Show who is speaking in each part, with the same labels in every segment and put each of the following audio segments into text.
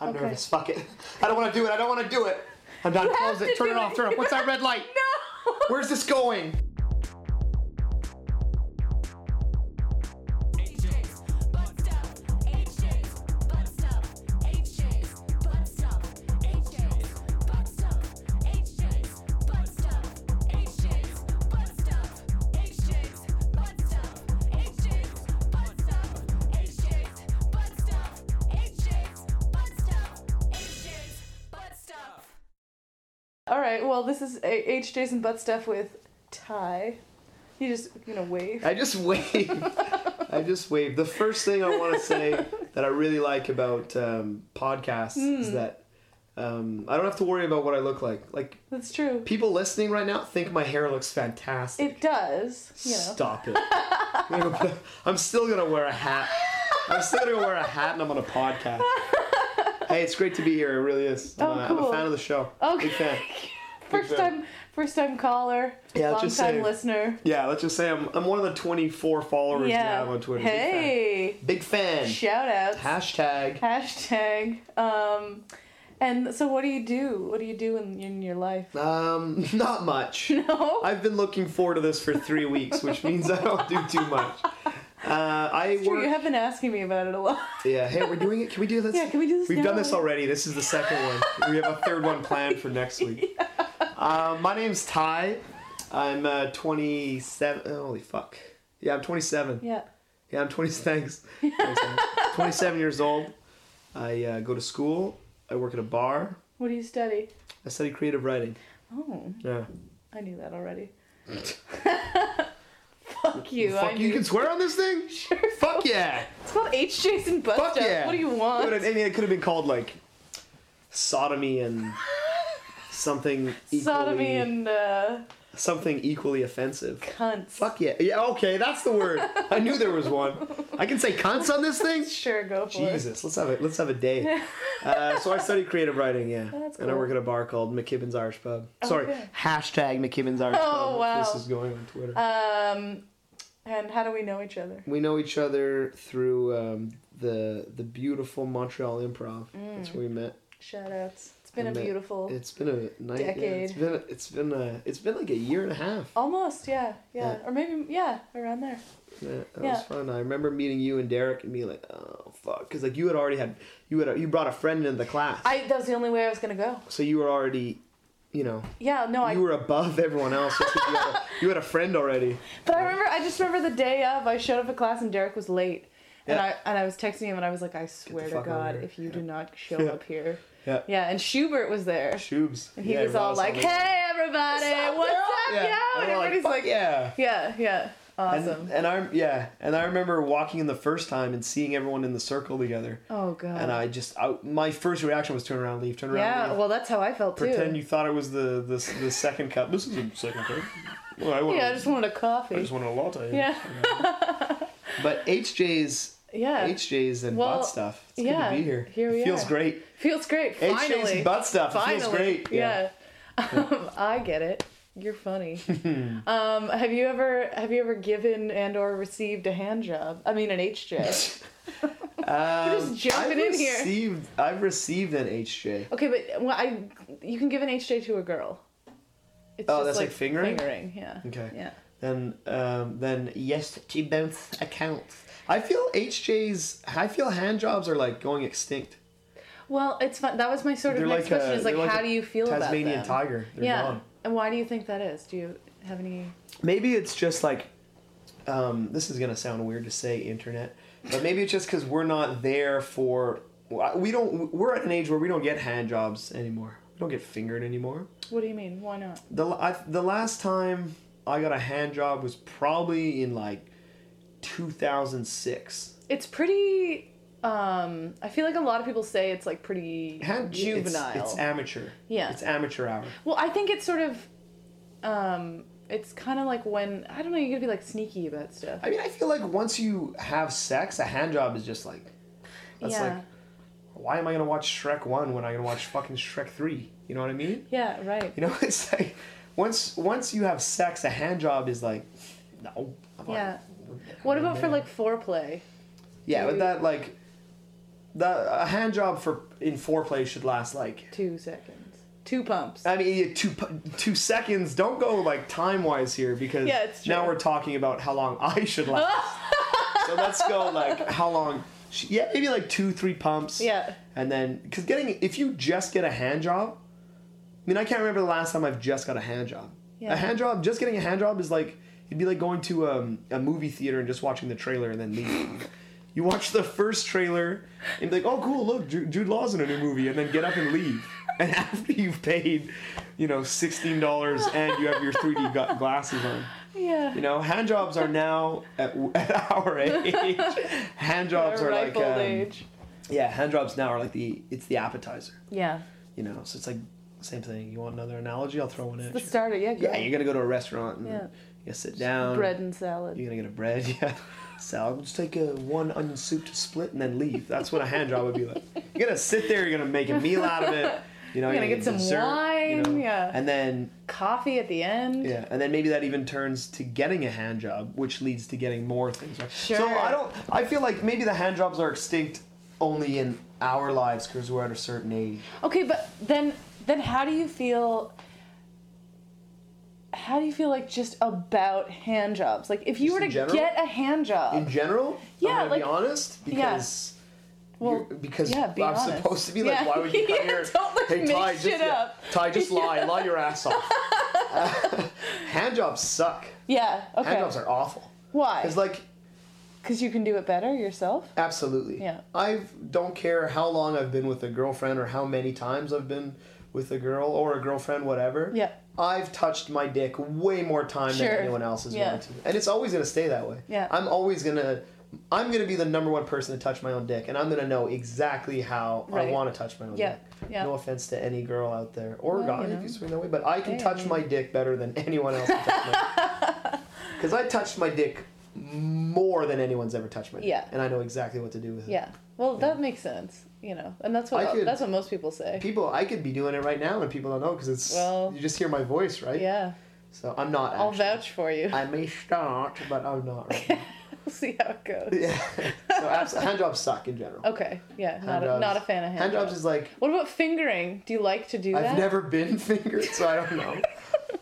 Speaker 1: I'm
Speaker 2: Okay.
Speaker 1: nervous. Fuck it. I don't want to do it. I don't want to do it. I'm done.
Speaker 2: have
Speaker 1: Close
Speaker 2: to
Speaker 1: it. Turn
Speaker 2: do
Speaker 1: it off.
Speaker 2: it.
Speaker 1: Turn it off. What's that red light?
Speaker 2: No.
Speaker 1: Where's this going?
Speaker 2: All right. Well, this is A- H. Jason Butt Stuff with Ty. You just you know wave.
Speaker 1: I just waved. I just waved. The first thing I want to say that I really like about um, podcasts
Speaker 2: Hmm.
Speaker 1: is that um, I don't have to worry about what I look like. Like
Speaker 2: That's true.
Speaker 1: people listening right now think my hair looks fantastic.
Speaker 2: It does. You know.
Speaker 1: Stop it. I'm gonna put- I'm still gonna wear a hat. I'm still gonna wear a hat and I'm on a podcast. Hey, it's great to be here. It really is. I'm,
Speaker 2: Oh,
Speaker 1: a, I'm a
Speaker 2: cool.
Speaker 1: fan of the show.
Speaker 2: Okay.
Speaker 1: Big fan.
Speaker 2: First
Speaker 1: Big fan.
Speaker 2: time, first time caller.
Speaker 1: Yeah,
Speaker 2: long
Speaker 1: let's just say-
Speaker 2: time listener.
Speaker 1: Yeah, let's just say I'm, I'm one of the 24 followers
Speaker 2: Yeah.
Speaker 1: now on Twitter. Big fan.
Speaker 2: Hey.
Speaker 1: Big fan.
Speaker 2: Shout outs.
Speaker 1: Hashtag.
Speaker 2: Hashtag. Um, and so what do you do? What do you do in, in your life? Oh,
Speaker 1: Um, not much.
Speaker 2: No.
Speaker 1: I've been looking forward to this for three weeks, which means I don't do too much. Uh, I
Speaker 2: Sure,
Speaker 1: work.
Speaker 2: you have been asking me about it a lot.
Speaker 1: Yeah. Hey, we're doing it. Can we do this?
Speaker 2: Yeah, can we do this
Speaker 1: We've
Speaker 2: now?
Speaker 1: done this already. This is the second one. We have a third one planned for next week. Uh, my name's Ty. I'm uh, 27. oh, Holy fuck. Yeah, I'm 27.
Speaker 2: Yeah.
Speaker 1: Yeah, I'm 20. Thanks. Thanks, man. 27 years old. I uh, go to school. I work at a bar.
Speaker 2: What do you study?
Speaker 1: I study creative writing.
Speaker 2: Oh,
Speaker 1: Yeah.
Speaker 2: I knew that already. Fuck you. I
Speaker 1: Fuck,
Speaker 2: knew.
Speaker 1: you can swear on this thing?
Speaker 2: Sure.
Speaker 1: Fuck yeah.
Speaker 2: It's called H. Jason Bust
Speaker 1: Fuck
Speaker 2: Up.
Speaker 1: yeah.
Speaker 2: What do you
Speaker 1: It
Speaker 2: want?
Speaker 1: would've- I mean, it could have been called like sodomy and something equally,
Speaker 2: Sodomy and uh,
Speaker 1: something equally offensive.
Speaker 2: cunts.
Speaker 1: Fuck yeah. Yeah, okay, that's the word. I knew there was one. I can say cunts on this thing?
Speaker 2: Sure, go for it.
Speaker 1: Jesus, let's have it. Let's have a day. Uh, so I study creative writing, yeah,
Speaker 2: Oh, That's
Speaker 1: and I
Speaker 2: cool.
Speaker 1: work at a bar called McKibben's Irish Pub. Sorry,
Speaker 2: Okay.
Speaker 1: hashtag McKibben's Irish Pub.
Speaker 2: Oh, wow.
Speaker 1: This is going on Twitter.
Speaker 2: Um, and how do we know each other?
Speaker 1: We know each other through um, the the beautiful Montreal Improv. That's
Speaker 2: Mm.
Speaker 1: where we met.
Speaker 2: Shout outs. It's been a
Speaker 1: And that-
Speaker 2: beautiful.
Speaker 1: It's been a night. yeah, it's
Speaker 2: Decade. Oh,
Speaker 1: been it's been a it's been like a year and a half.
Speaker 2: Almost, yeah, yeah,
Speaker 1: Yeah.
Speaker 2: Or maybe, yeah, around there.
Speaker 1: Yeah, that
Speaker 2: Yeah.
Speaker 1: was fun. I remember meeting you and Derek and being like, oh fuck, because like you had already had you had you brought a friend into the class,
Speaker 2: I That was the only way I was going to go.
Speaker 1: so you were already, you know,
Speaker 2: Yeah, no, I.
Speaker 1: you were above everyone else. just 'cause you, had a, you had a friend already.
Speaker 2: but I remember, I just remember the day of, I showed up at class and Derek was late. And,
Speaker 1: Yeah.
Speaker 2: I, and I was texting him and I was like, I swear to
Speaker 1: fuck over
Speaker 2: God,
Speaker 1: here.
Speaker 2: if you do not show
Speaker 1: Yeah.
Speaker 2: up here.
Speaker 1: Yeah.
Speaker 2: Yeah, and Schubert was there.
Speaker 1: Shoobs.
Speaker 2: And he
Speaker 1: Yeah,
Speaker 2: was all
Speaker 1: Ross,
Speaker 2: like,
Speaker 1: I'm
Speaker 2: hey, everybody, what's up,
Speaker 1: yeah.
Speaker 2: yo? And
Speaker 1: And we're
Speaker 2: everybody's
Speaker 1: "Fuck
Speaker 2: like, yeah,
Speaker 1: yeah.
Speaker 2: yeah.
Speaker 1: And,
Speaker 2: Awesome.
Speaker 1: and I yeah, and I remember walking in the first time and seeing everyone in the circle together.
Speaker 2: oh, God.
Speaker 1: And I just I, my first reaction was turn around, leave, turn around,
Speaker 2: yeah,
Speaker 1: leave.
Speaker 2: well, that's how I felt too.
Speaker 1: Pretend you thought it was the the, the second cup. This is the second cup. Well, I want
Speaker 2: yeah, I just wanted a coffee.
Speaker 1: wanted a latte.
Speaker 2: yeah,
Speaker 1: But HJ's
Speaker 2: yeah.
Speaker 1: HJ's and
Speaker 2: Well,
Speaker 1: butt stuff. It's
Speaker 2: yeah,
Speaker 1: good to be here.
Speaker 2: here we
Speaker 1: it feels
Speaker 2: are.
Speaker 1: great.
Speaker 2: Feels great. Finally.
Speaker 1: HJ's and butt stuff. It
Speaker 2: Finally.
Speaker 1: feels great.
Speaker 2: Yeah. Um, I get it. You're funny. um, have you ever have you ever given and or received a hand job? I mean an HJ.
Speaker 1: Um,
Speaker 2: just
Speaker 1: I've
Speaker 2: jumping in here.
Speaker 1: received, here. I've received an HJ.
Speaker 2: okay, but well, I you can give an HJ to a girl. It's
Speaker 1: Oh, that's like fingering?
Speaker 2: Fingering, yeah.
Speaker 1: Okay.
Speaker 2: Yeah.
Speaker 1: Then um, then yes to both accounts. I feel HJ's. I feel hand jobs are like going extinct.
Speaker 2: Well, it's fun. That was my sort of
Speaker 1: They're
Speaker 2: next
Speaker 1: like
Speaker 2: question
Speaker 1: a-
Speaker 2: is like,
Speaker 1: they're like
Speaker 2: how
Speaker 1: a
Speaker 2: do you feel
Speaker 1: Tasmanian
Speaker 2: about them?
Speaker 1: tiger. They're
Speaker 2: Yeah.
Speaker 1: gone.
Speaker 2: And why do you think that is? Do you have any?
Speaker 1: maybe it's just like um, this is gonna sound weird to say internet but maybe it's just because we're not there for we don't we're at an age where we don't get hand jobs anymore we don't get fingered anymore
Speaker 2: What do you mean? Why not?
Speaker 1: the, I, the last time i got a hand job was probably in like 2006
Speaker 2: It's pretty. Um, I feel like a lot of people say it's like pretty
Speaker 1: hand, it's-
Speaker 2: juvenile.
Speaker 1: it's, amateur
Speaker 2: Yeah.
Speaker 1: it's amateur hour
Speaker 2: Well, I think it's sort of, um, it's kind of like when I don't know. You gotta be like sneaky about stuff.
Speaker 1: i mean i feel like once you have sex a hand job is just like that's
Speaker 2: yeah.
Speaker 1: like why am i gonna watch shrek 1 when i'm gonna watch fucking shrek 3 you know what i mean
Speaker 2: yeah. Right.
Speaker 1: You know, it's like once once you have sex, a hand job is like no. I'm not- oh,
Speaker 2: Yeah. What about for like foreplay?
Speaker 1: Yeah, but that like the, a hand job for in foreplay should last like
Speaker 2: Two seconds. Two pumps.
Speaker 1: I mean yeah, two pu- two seconds. Don't go like time wise here because
Speaker 2: Yeah, it's
Speaker 1: now
Speaker 2: true.
Speaker 1: we're talking about how long I should last. so let's go like how long? She, yeah, maybe like two three pumps.
Speaker 2: Yeah.
Speaker 1: and then because getting if you just get a hand job, I mean I can't remember the last time I've just got a hand job.
Speaker 2: Yeah.
Speaker 1: A hand job, just getting a hand job is like it'd be like going to um, a movie theater and just watching the trailer and then leaving. you watch the first trailer and be like, oh cool, look Ju- Jude Law's in a new movie, and then get up and leave. and after you've paid, you know, sixteen dollars and you have your three D glasses on.
Speaker 2: yeah.
Speaker 1: You know, hand jobs are now at, at our age. hand jobs
Speaker 2: Our
Speaker 1: are
Speaker 2: ripe
Speaker 1: like
Speaker 2: old
Speaker 1: um,
Speaker 2: age.
Speaker 1: yeah, hand jobs now are like the it's the appetizer,
Speaker 2: Yeah.
Speaker 1: you know. So it's like same thing. You want another analogy? I'll throw one at
Speaker 2: The
Speaker 1: you. um,
Speaker 2: starter, yeah.
Speaker 1: Yeah,
Speaker 2: good.
Speaker 1: you're gonna go to a restaurant and
Speaker 2: Yeah.
Speaker 1: you you sit down.
Speaker 2: bread and salad.
Speaker 1: You're gonna get a bread, yeah. Salad. Just take a one onion soup to split and then leave. That's what a hand job would be like. You're gonna sit there. You're gonna make a meal out of it. You know,
Speaker 2: You're gonna
Speaker 1: you're
Speaker 2: get some
Speaker 1: dessert,
Speaker 2: wine, yeah.
Speaker 1: And then
Speaker 2: Coffee at the end.
Speaker 1: yeah, and then maybe that even turns to getting a hand job, which leads to getting more things. Right? So
Speaker 2: Sure.
Speaker 1: I don't. I feel like maybe the hand jobs are extinct only in our lives because we're at a certain age.
Speaker 2: Okay, but then then how do you feel? How do you feel like just about hand jobs? Like if you
Speaker 1: Just
Speaker 2: were
Speaker 1: in
Speaker 2: to
Speaker 1: general?
Speaker 2: get a hand job,
Speaker 1: In general,
Speaker 2: Yeah,
Speaker 1: I'm gonna
Speaker 2: like-
Speaker 1: be honest because.
Speaker 2: Well,
Speaker 1: you're- because
Speaker 2: yeah, be
Speaker 1: I'm
Speaker 2: honest.
Speaker 1: supposed to be like,
Speaker 2: Yeah.
Speaker 1: why would you come
Speaker 2: Yeah,
Speaker 1: here?
Speaker 2: don't, like,
Speaker 1: hey,
Speaker 2: make
Speaker 1: Ty, just,
Speaker 2: shit
Speaker 1: yeah,
Speaker 2: up."
Speaker 1: Ty, just lie, lie your ass off. hand jobs suck.
Speaker 2: yeah, okay.
Speaker 1: Hand jobs are awful.
Speaker 2: Why?
Speaker 1: Because like
Speaker 2: Because you can do it better yourself.
Speaker 1: Absolutely.
Speaker 2: Yeah.
Speaker 1: I don't care how long I've been with a girlfriend or how many times I've been with a girl or a girlfriend, whatever.
Speaker 2: Yeah.
Speaker 1: I've touched my dick way more time
Speaker 2: Sure.
Speaker 1: than anyone else is
Speaker 2: Yeah.
Speaker 1: going to. And it's always going to stay that way.
Speaker 2: Yeah.
Speaker 1: I'm always going to. I'm going to be the number one person to touch my own dick, and I'm going to know exactly how
Speaker 2: Right.
Speaker 1: I want to touch my own
Speaker 2: Yeah.
Speaker 1: dick.
Speaker 2: Yeah.
Speaker 1: No offense to any girl out there or
Speaker 2: Well,
Speaker 1: guy
Speaker 2: you know.
Speaker 1: if you swing that way, but I can
Speaker 2: Hey, I
Speaker 1: touch
Speaker 2: mean-
Speaker 1: my dick better than anyone else. Can touch my Because I touched my dick more than anyone's ever touched my dick,
Speaker 2: Yeah.
Speaker 1: and I know exactly what to do with it.
Speaker 2: Yeah. Well, that makes sense. You know, and that's what
Speaker 1: I could-
Speaker 2: that's what most people say.
Speaker 1: People, I could be doing it right now, and people don't know because it's
Speaker 2: Well-
Speaker 1: you just hear my voice, right?
Speaker 2: Yeah,
Speaker 1: So I'm not.
Speaker 2: I'll
Speaker 1: Actually.
Speaker 2: vouch for you.
Speaker 1: I may start, but I'm not. Right now.
Speaker 2: we'll see how it goes.
Speaker 1: yeah. So abs- hand jobs suck in general.
Speaker 2: Okay. Yeah. Not a,
Speaker 1: jobs-
Speaker 2: not a fan of hand,
Speaker 1: Hand jobs
Speaker 2: jobs.
Speaker 1: is like
Speaker 2: What about fingering? Do you like to do that?
Speaker 1: I've never been fingered, so I don't know.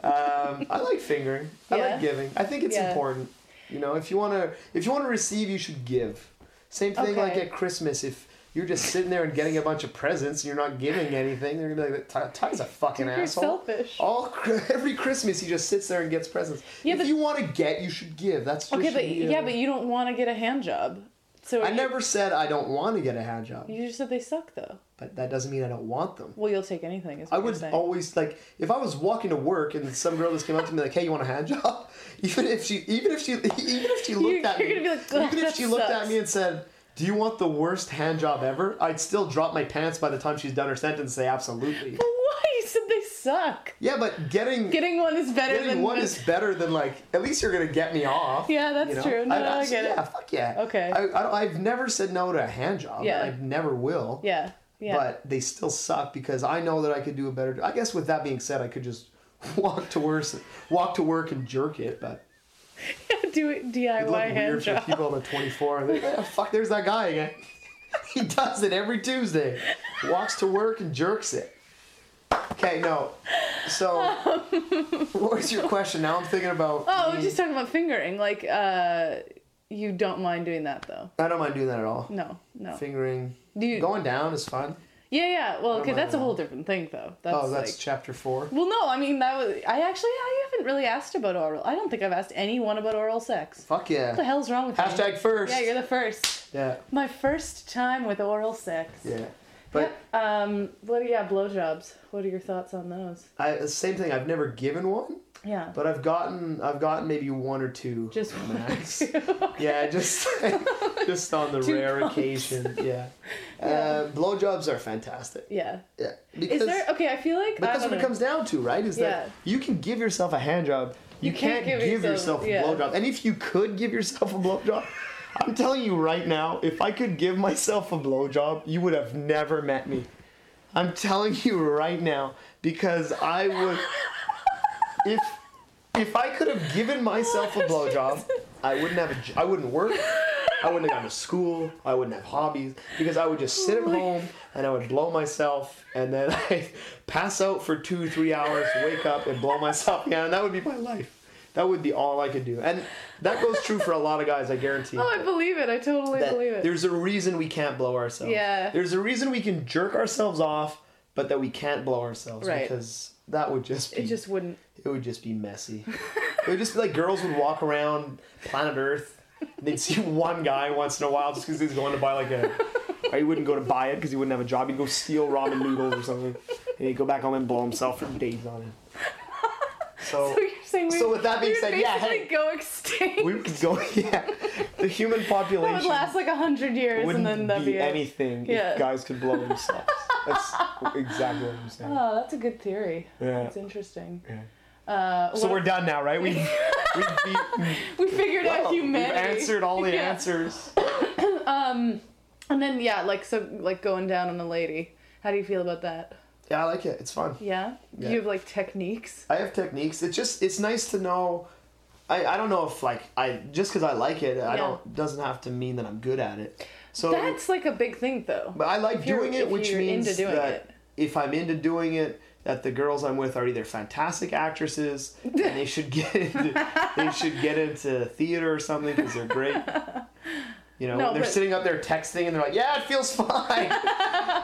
Speaker 1: um, I like fingering. I
Speaker 2: Yeah?
Speaker 1: like giving. I think it's
Speaker 2: Yeah.
Speaker 1: important. You know, if you wanna, if you wanna receive, you should give. Same thing like
Speaker 2: Okay.
Speaker 1: at Christmas. If you're just sitting there and getting a bunch of presents and you're not giving anything, they're gonna be like, "Ty- "Ty's a fucking
Speaker 2: You're
Speaker 1: asshole."
Speaker 2: selfish.
Speaker 1: All every Christmas, he just sits there and gets presents.
Speaker 2: Yeah,
Speaker 1: if
Speaker 2: but-
Speaker 1: you want to get, you should give. That's just
Speaker 2: Okay, but
Speaker 1: the, uh,
Speaker 2: yeah, but you don't want to get a hand job. So
Speaker 1: I
Speaker 2: you-
Speaker 1: never said I don't want to get a hand job,
Speaker 2: You just said they suck though.
Speaker 1: but that doesn't mean I don't want them.
Speaker 2: Well, you'll take anything. Is what
Speaker 1: I
Speaker 2: you're
Speaker 1: would
Speaker 2: saying.
Speaker 1: always like if I was walking to work and some girl just came up to me like, "Hey, you want a hand job?" Even if she, even if she, even if she looked
Speaker 2: You're-
Speaker 1: at
Speaker 2: you're
Speaker 1: me,
Speaker 2: gonna be like, "Ugh,
Speaker 1: even if
Speaker 2: that
Speaker 1: she looked
Speaker 2: sucks."
Speaker 1: at me and said, "Do you want the worst hand job ever?" I'd still drop my pants by the time she's done her sentence. and Say, "Absolutely."
Speaker 2: But why you said they suck?
Speaker 1: Yeah, but getting
Speaker 2: Getting one is better
Speaker 1: getting
Speaker 2: than
Speaker 1: one is better than like at least you're gonna get me off.
Speaker 2: Yeah, that's true. No, I
Speaker 1: abs-
Speaker 2: get it.
Speaker 1: Yeah, fuck yeah.
Speaker 2: Okay.
Speaker 1: I, I don't, I've never said no to a hand job. and
Speaker 2: Yeah.
Speaker 1: I never will.
Speaker 2: Yeah, yeah.
Speaker 1: But they still suck because I know that I could do a better. I guess with that being said, I could just walk to work, walk to work and jerk it. But
Speaker 2: do it
Speaker 1: it'd look
Speaker 2: DIY hand
Speaker 1: weird for
Speaker 2: job.
Speaker 1: people on the twenty four. Like, "Ah, fuck, there's that guy again. he does it every Tuesday. Walks to work and jerks it. Okay, no. So, what was your question? Now I'm thinking about.
Speaker 2: Oh, we're
Speaker 1: me-
Speaker 2: just talking about fingering. Like, uh, you don't mind doing that though.
Speaker 1: I don't mind doing that at all.
Speaker 2: No, no.
Speaker 1: Fingering.
Speaker 2: Do you-
Speaker 1: Going down is fun.
Speaker 2: yeah, yeah. Well, okay,
Speaker 1: mind
Speaker 2: that's a
Speaker 1: at
Speaker 2: whole
Speaker 1: all.
Speaker 2: different thing though. That's
Speaker 1: oh, that's
Speaker 2: like.
Speaker 1: chapter four.
Speaker 2: well, no, I mean that was. I actually, I haven't really asked about oral. I don't think I've asked anyone about oral sex.
Speaker 1: Fuck
Speaker 2: What the
Speaker 1: yeah.
Speaker 2: hell's wrong with me?
Speaker 1: Hashtag first.
Speaker 2: Yeah, you're the first.
Speaker 1: yeah.
Speaker 2: My first time with oral sex.
Speaker 1: Yeah. But
Speaker 2: yeah, um, what? Yeah, blowjobs. What are your thoughts on those?
Speaker 1: I same thing. I've never given one,
Speaker 2: Yeah.
Speaker 1: but I've gotten I've gotten maybe one or two.
Speaker 2: Just one or
Speaker 1: max.
Speaker 2: two.
Speaker 1: yeah, just just on the
Speaker 2: Two
Speaker 1: rare
Speaker 2: pumps.
Speaker 1: occasion. Yeah. Uh, blowjobs are fantastic.
Speaker 2: yeah.
Speaker 1: Yeah. Because
Speaker 2: Is there? Okay, I feel like
Speaker 1: but
Speaker 2: I
Speaker 1: that's
Speaker 2: don't
Speaker 1: what it
Speaker 2: know.
Speaker 1: comes down to, right? Is
Speaker 2: Yeah.
Speaker 1: that you can give yourself a hand job. You, can't, give, yourself, a
Speaker 2: yeah.
Speaker 1: blowjob. And if you could give yourself a blowjob, I'm telling you right now, if I could give myself a blowjob, you would have never met me. I'm telling you right now, because I would if if I could have given myself a blowjob, I wouldn't have a, j- I wouldn't work. I wouldn't have gone to school. I wouldn't have hobbies because I would just
Speaker 2: Oh
Speaker 1: sit at home and I would blow myself and then I pass out for two, three hours, wake up and blow myself again. And that would be my life. That would be all I could do. And that goes true for a lot of guys, I guarantee.
Speaker 2: Oh, I believe it. I totally
Speaker 1: that
Speaker 2: believe it.
Speaker 1: There's a reason we can't blow ourselves.
Speaker 2: Yeah.
Speaker 1: There's a reason we can jerk ourselves off, but that we can't blow ourselves
Speaker 2: Right.
Speaker 1: because that would just be
Speaker 2: It just wouldn't.
Speaker 1: it would just be messy. it would just be like girls would walk around planet Earth. And they'd see one guy once in a while just because he's going to buy like a. Or he wouldn't go to buy it because he wouldn't have a job. He'd go steal ramen noodles or something, and he'd go back home and blow himself for days on it. So
Speaker 2: So you're saying we
Speaker 1: So with that being
Speaker 2: we would
Speaker 1: said, yeah,
Speaker 2: basically
Speaker 1: hey.
Speaker 2: go extinct.
Speaker 1: we could go. Yeah, the human
Speaker 2: That
Speaker 1: population
Speaker 2: would last like a hundred years,
Speaker 1: wouldn't
Speaker 2: and then that'd
Speaker 1: be,
Speaker 2: be, it.
Speaker 1: anything
Speaker 2: Yeah.
Speaker 1: if guys could blow themselves. That's exactly what I'm saying.
Speaker 2: Oh, that's a good theory.
Speaker 1: Yeah.
Speaker 2: That's interesting.
Speaker 1: Yeah.
Speaker 2: Uh,
Speaker 1: So
Speaker 2: what-
Speaker 1: we're done now, right? We we beat
Speaker 2: we figured
Speaker 1: well,
Speaker 2: out
Speaker 1: we've
Speaker 2: humanity.
Speaker 1: answered all the
Speaker 2: Yeah.
Speaker 1: answers.
Speaker 2: Um, and then yeah, like so, like going down on a lady. How do you feel about that?
Speaker 1: Yeah, I like it. It's fun.
Speaker 2: Yeah. Do
Speaker 1: Yeah.
Speaker 2: you have like techniques?
Speaker 1: I have techniques. It's just it's nice to know. I, I don't know if like I just because I like it I
Speaker 2: Yeah.
Speaker 1: don't doesn't have to mean that I'm good at it. So
Speaker 2: That's like a big thing, though.
Speaker 1: but I like
Speaker 2: if you're-
Speaker 1: doing it,
Speaker 2: if
Speaker 1: which
Speaker 2: you're
Speaker 1: means
Speaker 2: into doing
Speaker 1: that
Speaker 2: it.
Speaker 1: if I'm into doing it, that the girls I'm with are either fantastic actresses and they should get into, they should get into theater or something because they're great. You know,
Speaker 2: No,
Speaker 1: they're
Speaker 2: but-
Speaker 1: sitting up there texting and they're like, "Yeah, it feels fine."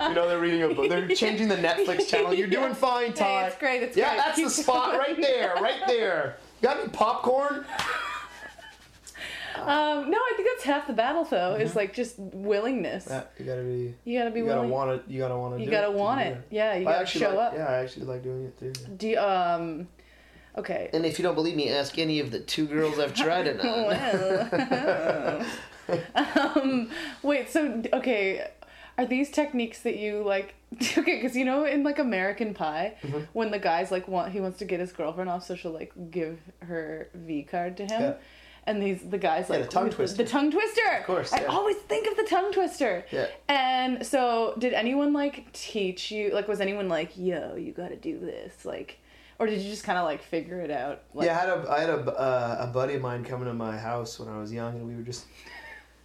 Speaker 1: you know, they're reading a book. They're changing the Netflix channel. You're doing fine, Todd.
Speaker 2: it's great, it's
Speaker 1: yeah,
Speaker 2: great.
Speaker 1: that's the spot right there, right there. You got any popcorn?
Speaker 2: Um, no, I think that's half the battle, though. Is like just willingness.
Speaker 1: Yeah, you gotta be.
Speaker 2: You gotta be
Speaker 1: You gotta
Speaker 2: willing.
Speaker 1: want it. You gotta want to.
Speaker 2: you gotta want it. Yeah, you gotta show up.
Speaker 1: Yeah, I actually like doing it too.
Speaker 2: Do you, um, okay.
Speaker 1: And if you don't believe me, ask any of the two girls I've tried it
Speaker 2: Well. um, wait. So okay, are these techniques that you like? Okay, because you know in like American Pie,
Speaker 1: Mm-hmm.
Speaker 2: when the guy's like want he wants to get his girlfriend off, so she'll like give her V card to him.
Speaker 1: Yeah.
Speaker 2: And these the guys
Speaker 1: Yeah,
Speaker 2: like
Speaker 1: the tongue
Speaker 2: with
Speaker 1: twister.
Speaker 2: The, tongue twister. Of
Speaker 1: course,
Speaker 2: I
Speaker 1: yeah.
Speaker 2: always think of the tongue twister.
Speaker 1: Yeah.
Speaker 2: And so, did anyone like teach you? Like, was anyone like, "Yo, you got to do this," like, or did you just kind of like figure it out? Like,
Speaker 1: yeah, I had a I had a, uh, a buddy of mine coming to my house when I was young, and we would just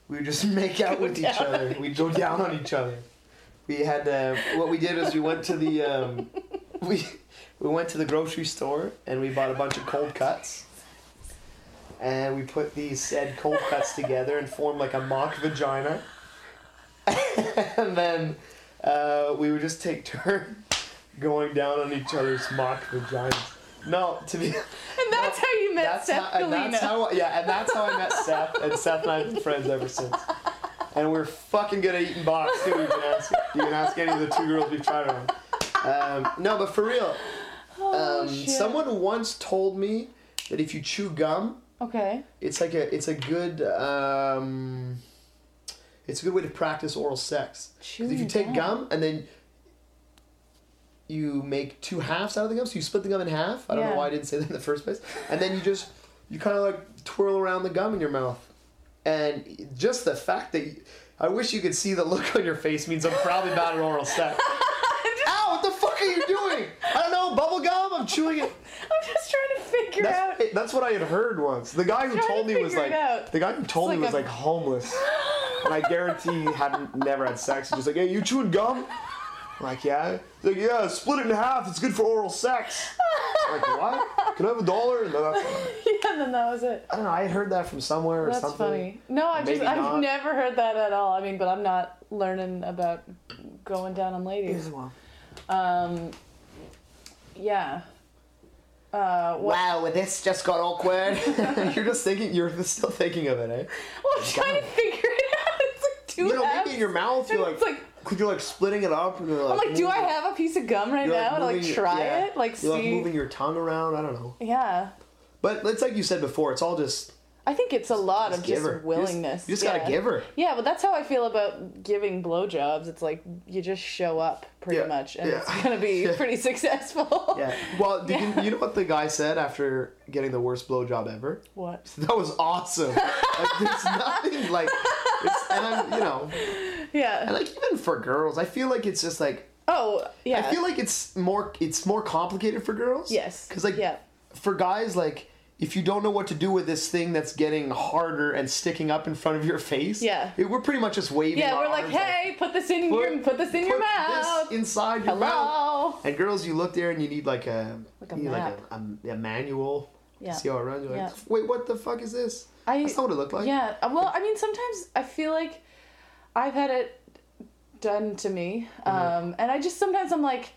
Speaker 1: we would just make out with each
Speaker 2: down
Speaker 1: other. We'd go down on each other. We had uh, what we did is we went to the um, we we went to the grocery store and we bought a bunch of cold cuts. And we put these said cold cuts together and formed like a mock vagina. and then uh, we would just take turns going down on each other's mock vaginas. No, to be
Speaker 2: And that's how you met
Speaker 1: that's
Speaker 2: Seth
Speaker 1: how, and that's
Speaker 2: Galina.
Speaker 1: how yeah, and that's how I met Seth, and Seth and I have been friends ever since. And we're fucking good at eating box too. You can ask, you can ask any of the two girls we've tried it on. Um, no, but for real, um,
Speaker 2: Oh, shit.
Speaker 1: someone once told me that if you chew gum,
Speaker 2: okay.
Speaker 1: it's like a it's a good um, it's a good way to practice oral sex. 'Cause if you
Speaker 2: Chewing
Speaker 1: take
Speaker 2: gum.
Speaker 1: gum and then you make two halves out of the gum, so you split the gum in half. I don't
Speaker 2: Yeah.
Speaker 1: know why I didn't say that in the first place. And then you just you kind of like twirl around the gum in your mouth, and just the fact that you, I wish you could see the look on your face means I'm probably bad at oral sex. Ow! What the fuck are you doing? I don't know. Bubble gum. I'm chewing it.
Speaker 2: I'm just trying to figure
Speaker 1: That's,
Speaker 2: out.
Speaker 1: it- that's what I had heard once. The guy who
Speaker 2: Trying to
Speaker 1: told me was
Speaker 2: figure it
Speaker 1: like,
Speaker 2: out.
Speaker 1: the guy who told
Speaker 2: It's
Speaker 1: me
Speaker 2: like
Speaker 1: was
Speaker 2: a-
Speaker 1: like homeless, and I guarantee he hadn't never had sex. He's just like, hey, you chewing gum? I'm like, yeah. He's like, yeah, split it in half. It's good for oral sex. I'm like, what? Can I have a dollar? And then that's-
Speaker 2: yeah, and then that was it.
Speaker 1: I don't know. I had heard that from somewhere or
Speaker 2: That's
Speaker 1: something.
Speaker 2: funny. No, I just
Speaker 1: Maybe
Speaker 2: I've
Speaker 1: not.
Speaker 2: never heard that at all. I mean, but I'm not learning about going down on ladies. Um, yeah. Uh, what?
Speaker 1: Wow, this just got awkward. you're just thinking. You're still thinking of it, eh?
Speaker 2: Well, I'm trying to figure it out. It's like two
Speaker 1: You know,
Speaker 2: halves.
Speaker 1: maybe in your mouth, you're
Speaker 2: And
Speaker 1: like,
Speaker 2: it's like-
Speaker 1: could you like splitting it up? And you're like,
Speaker 2: I'm like, do I
Speaker 1: "Ooh."
Speaker 2: have a piece of gum right
Speaker 1: You're,
Speaker 2: now to like
Speaker 1: moving-
Speaker 2: try
Speaker 1: yeah.
Speaker 2: it? Like
Speaker 1: You're like
Speaker 2: see?
Speaker 1: moving your tongue around. I don't know.
Speaker 2: yeah.
Speaker 1: But it's like you said before. It's all just
Speaker 2: I think it's a lot
Speaker 1: Just
Speaker 2: of
Speaker 1: give
Speaker 2: just
Speaker 1: her. You just-
Speaker 2: willingness.
Speaker 1: you just gotta
Speaker 2: yeah.
Speaker 1: give her.
Speaker 2: Yeah, but that's how I feel about giving blowjobs. It's like you just show up pretty
Speaker 1: Yeah.
Speaker 2: much, and
Speaker 1: Yeah.
Speaker 2: it's gonna be
Speaker 1: Yeah.
Speaker 2: pretty successful.
Speaker 1: yeah. Well, did You, you know what the guy said after getting the worst blowjob ever?
Speaker 2: What?
Speaker 1: That was awesome. like, there's nothing like, it's, and I'm you know,
Speaker 2: Yeah.
Speaker 1: and like even for girls, I feel like it's just like
Speaker 2: oh, yeah.
Speaker 1: I feel like it's more it's more complicated for girls.
Speaker 2: Yes.
Speaker 1: Because like
Speaker 2: Yeah.
Speaker 1: for guys like if you don't know what to do with this thing that's getting harder and sticking up in front of your face,
Speaker 2: Yeah.
Speaker 1: it- we're pretty much just waving.
Speaker 2: Yeah,
Speaker 1: our
Speaker 2: we're like,
Speaker 1: arms
Speaker 2: hey, put this in your put this in your
Speaker 1: put
Speaker 2: mouth.
Speaker 1: This inside your mouth.
Speaker 2: Hello.
Speaker 1: And girls, you look there and you need like a
Speaker 2: Like a
Speaker 1: you need like
Speaker 2: map.
Speaker 1: a, a, a manual. to
Speaker 2: Yeah.
Speaker 1: See how it runs. You're like,
Speaker 2: Yeah.
Speaker 1: wait, what the fuck is this?
Speaker 2: I-
Speaker 1: That's not what it looked like.
Speaker 2: Yeah. uh, Well, I mean, sometimes I feel like I've had it done to me,
Speaker 1: Mm-hmm.
Speaker 2: um, and I just sometimes I'm like,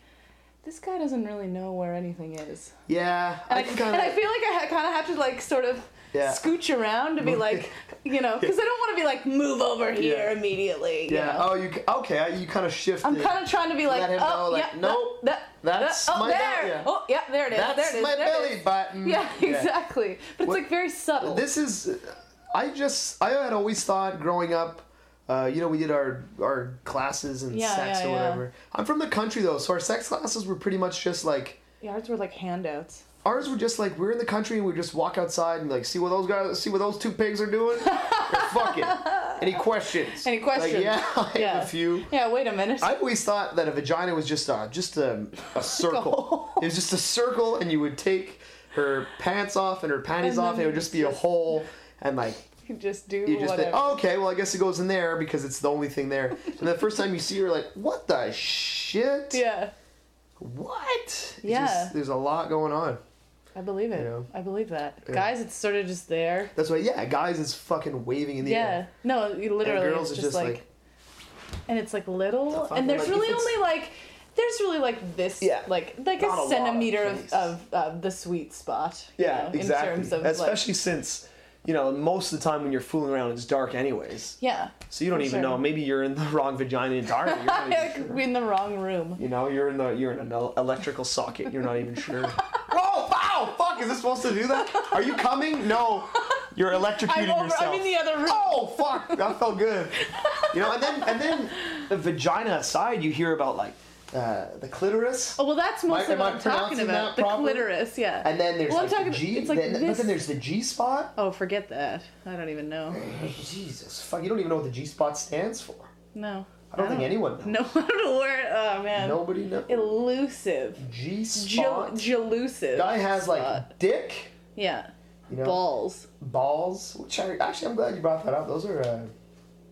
Speaker 2: this guy doesn't really know where anything is,
Speaker 1: Yeah,
Speaker 2: and
Speaker 1: I
Speaker 2: I,
Speaker 1: can kind
Speaker 2: and I
Speaker 1: of.
Speaker 2: feel like I ha- kind of have to like sort of.
Speaker 1: Yeah.
Speaker 2: Scooch around to be like, you know, because I don't want to be like, move over here
Speaker 1: Yeah.
Speaker 2: immediately. you
Speaker 1: Yeah.
Speaker 2: know?
Speaker 1: Oh, you c- okay? You kind of shifted.
Speaker 2: I'm kind of trying to be like,
Speaker 1: him
Speaker 2: oh,
Speaker 1: know, like,
Speaker 2: yeah,
Speaker 1: nope,
Speaker 2: that, that-
Speaker 1: that's
Speaker 2: that- oh,
Speaker 1: my
Speaker 2: there,
Speaker 1: belly- yeah.
Speaker 2: oh, yeah, there it is,
Speaker 1: That's
Speaker 2: there it is,
Speaker 1: my
Speaker 2: there it
Speaker 1: belly
Speaker 2: is.
Speaker 1: button.
Speaker 2: Yeah, exactly. But it's
Speaker 1: What-
Speaker 2: like very subtle.
Speaker 1: This is. I just. I had always thought growing up. Uh, you know, we did our our classes and
Speaker 2: Yeah,
Speaker 1: sex
Speaker 2: yeah,
Speaker 1: or
Speaker 2: yeah.
Speaker 1: whatever. I'm from the country though, so our sex classes were pretty much just like
Speaker 2: yeah, ours were like handouts.
Speaker 1: ours were just like we're in the country and we just walk outside and like see what those guys see what those two pigs are doing. Or, Fuck it. Any questions?
Speaker 2: Any questions?
Speaker 1: Like, yeah, I have a few.
Speaker 2: Yeah, wait a minute.
Speaker 1: I always thought that a vagina was just a just a, a circle.
Speaker 2: hole.
Speaker 1: it was just a circle, and you would take her pants off and her panties
Speaker 2: And
Speaker 1: off, and it
Speaker 2: then
Speaker 1: would just be a hole, and like
Speaker 2: you just do
Speaker 1: you just
Speaker 2: whatever.
Speaker 1: think, oh, okay, well I guess it goes in there because it's the only thing there. and the first time you see her, like, what the shit?
Speaker 2: Yeah,
Speaker 1: What? It
Speaker 2: Yeah.
Speaker 1: just- there's a lot going on.
Speaker 2: I believe it.
Speaker 1: You know?
Speaker 2: I believe that. Guys, it's sort of just there.
Speaker 1: That's why, yeah, guys is fucking waving in the
Speaker 2: Yeah.
Speaker 1: air.
Speaker 2: No, you literally,
Speaker 1: and girls
Speaker 2: it's
Speaker 1: is
Speaker 2: just, like, and it's like little,
Speaker 1: fuck?
Speaker 2: and there's
Speaker 1: Like, if
Speaker 2: really
Speaker 1: it's-
Speaker 2: only like. There's really like this,
Speaker 1: Yeah.
Speaker 2: like like
Speaker 1: Not a lot
Speaker 2: a
Speaker 1: of
Speaker 2: centimeter of
Speaker 1: place.
Speaker 2: of, of the sweet spot. you
Speaker 1: yeah,
Speaker 2: know,
Speaker 1: exactly.
Speaker 2: In terms of like,
Speaker 1: Especially since you know most of the time when you're fooling around, it's dark anyways.
Speaker 2: yeah,
Speaker 1: So you don't
Speaker 2: For
Speaker 1: even
Speaker 2: sure.
Speaker 1: know. Maybe you're in the wrong vagina entirely. You're not even sure.
Speaker 2: in the wrong room.
Speaker 1: You know, you're in the you're in an el- electrical socket. You're not even sure. Whoa! Wow! Fuck! Is this supposed to do that? Are you coming? No, you're electrocuting
Speaker 2: I'm over.
Speaker 1: yourself.
Speaker 2: I'm in the other room.
Speaker 1: oh fuck! That felt good. You know, and then and then the vagina aside, you hear about like uh, the clitoris,
Speaker 2: Oh, well, that's mostly
Speaker 1: am I
Speaker 2: what I'm talking
Speaker 1: pronouncing
Speaker 2: about.
Speaker 1: that
Speaker 2: The
Speaker 1: properly?
Speaker 2: clitoris, yeah.
Speaker 1: and then there's
Speaker 2: Well, I'm
Speaker 1: like the
Speaker 2: talking-
Speaker 1: G.
Speaker 2: it's like
Speaker 1: then, But
Speaker 2: this-
Speaker 1: then there's the G spot.
Speaker 2: oh, forget that. I don't even know.
Speaker 1: Jesus fuck! You don't even know what the G spot stands for.
Speaker 2: No.
Speaker 1: I don't, think anyone knows.
Speaker 2: No, I don't know where. Oh man.
Speaker 1: Nobody knows.
Speaker 2: Elusive.
Speaker 1: G
Speaker 2: Jel-
Speaker 1: spot.
Speaker 2: Jelusive.
Speaker 1: Guy has
Speaker 2: spot.
Speaker 1: like dick,
Speaker 2: Yeah.
Speaker 1: you know,
Speaker 2: Balls.
Speaker 1: balls. Which are, actually, I'm glad you brought that up. Those are. Uh,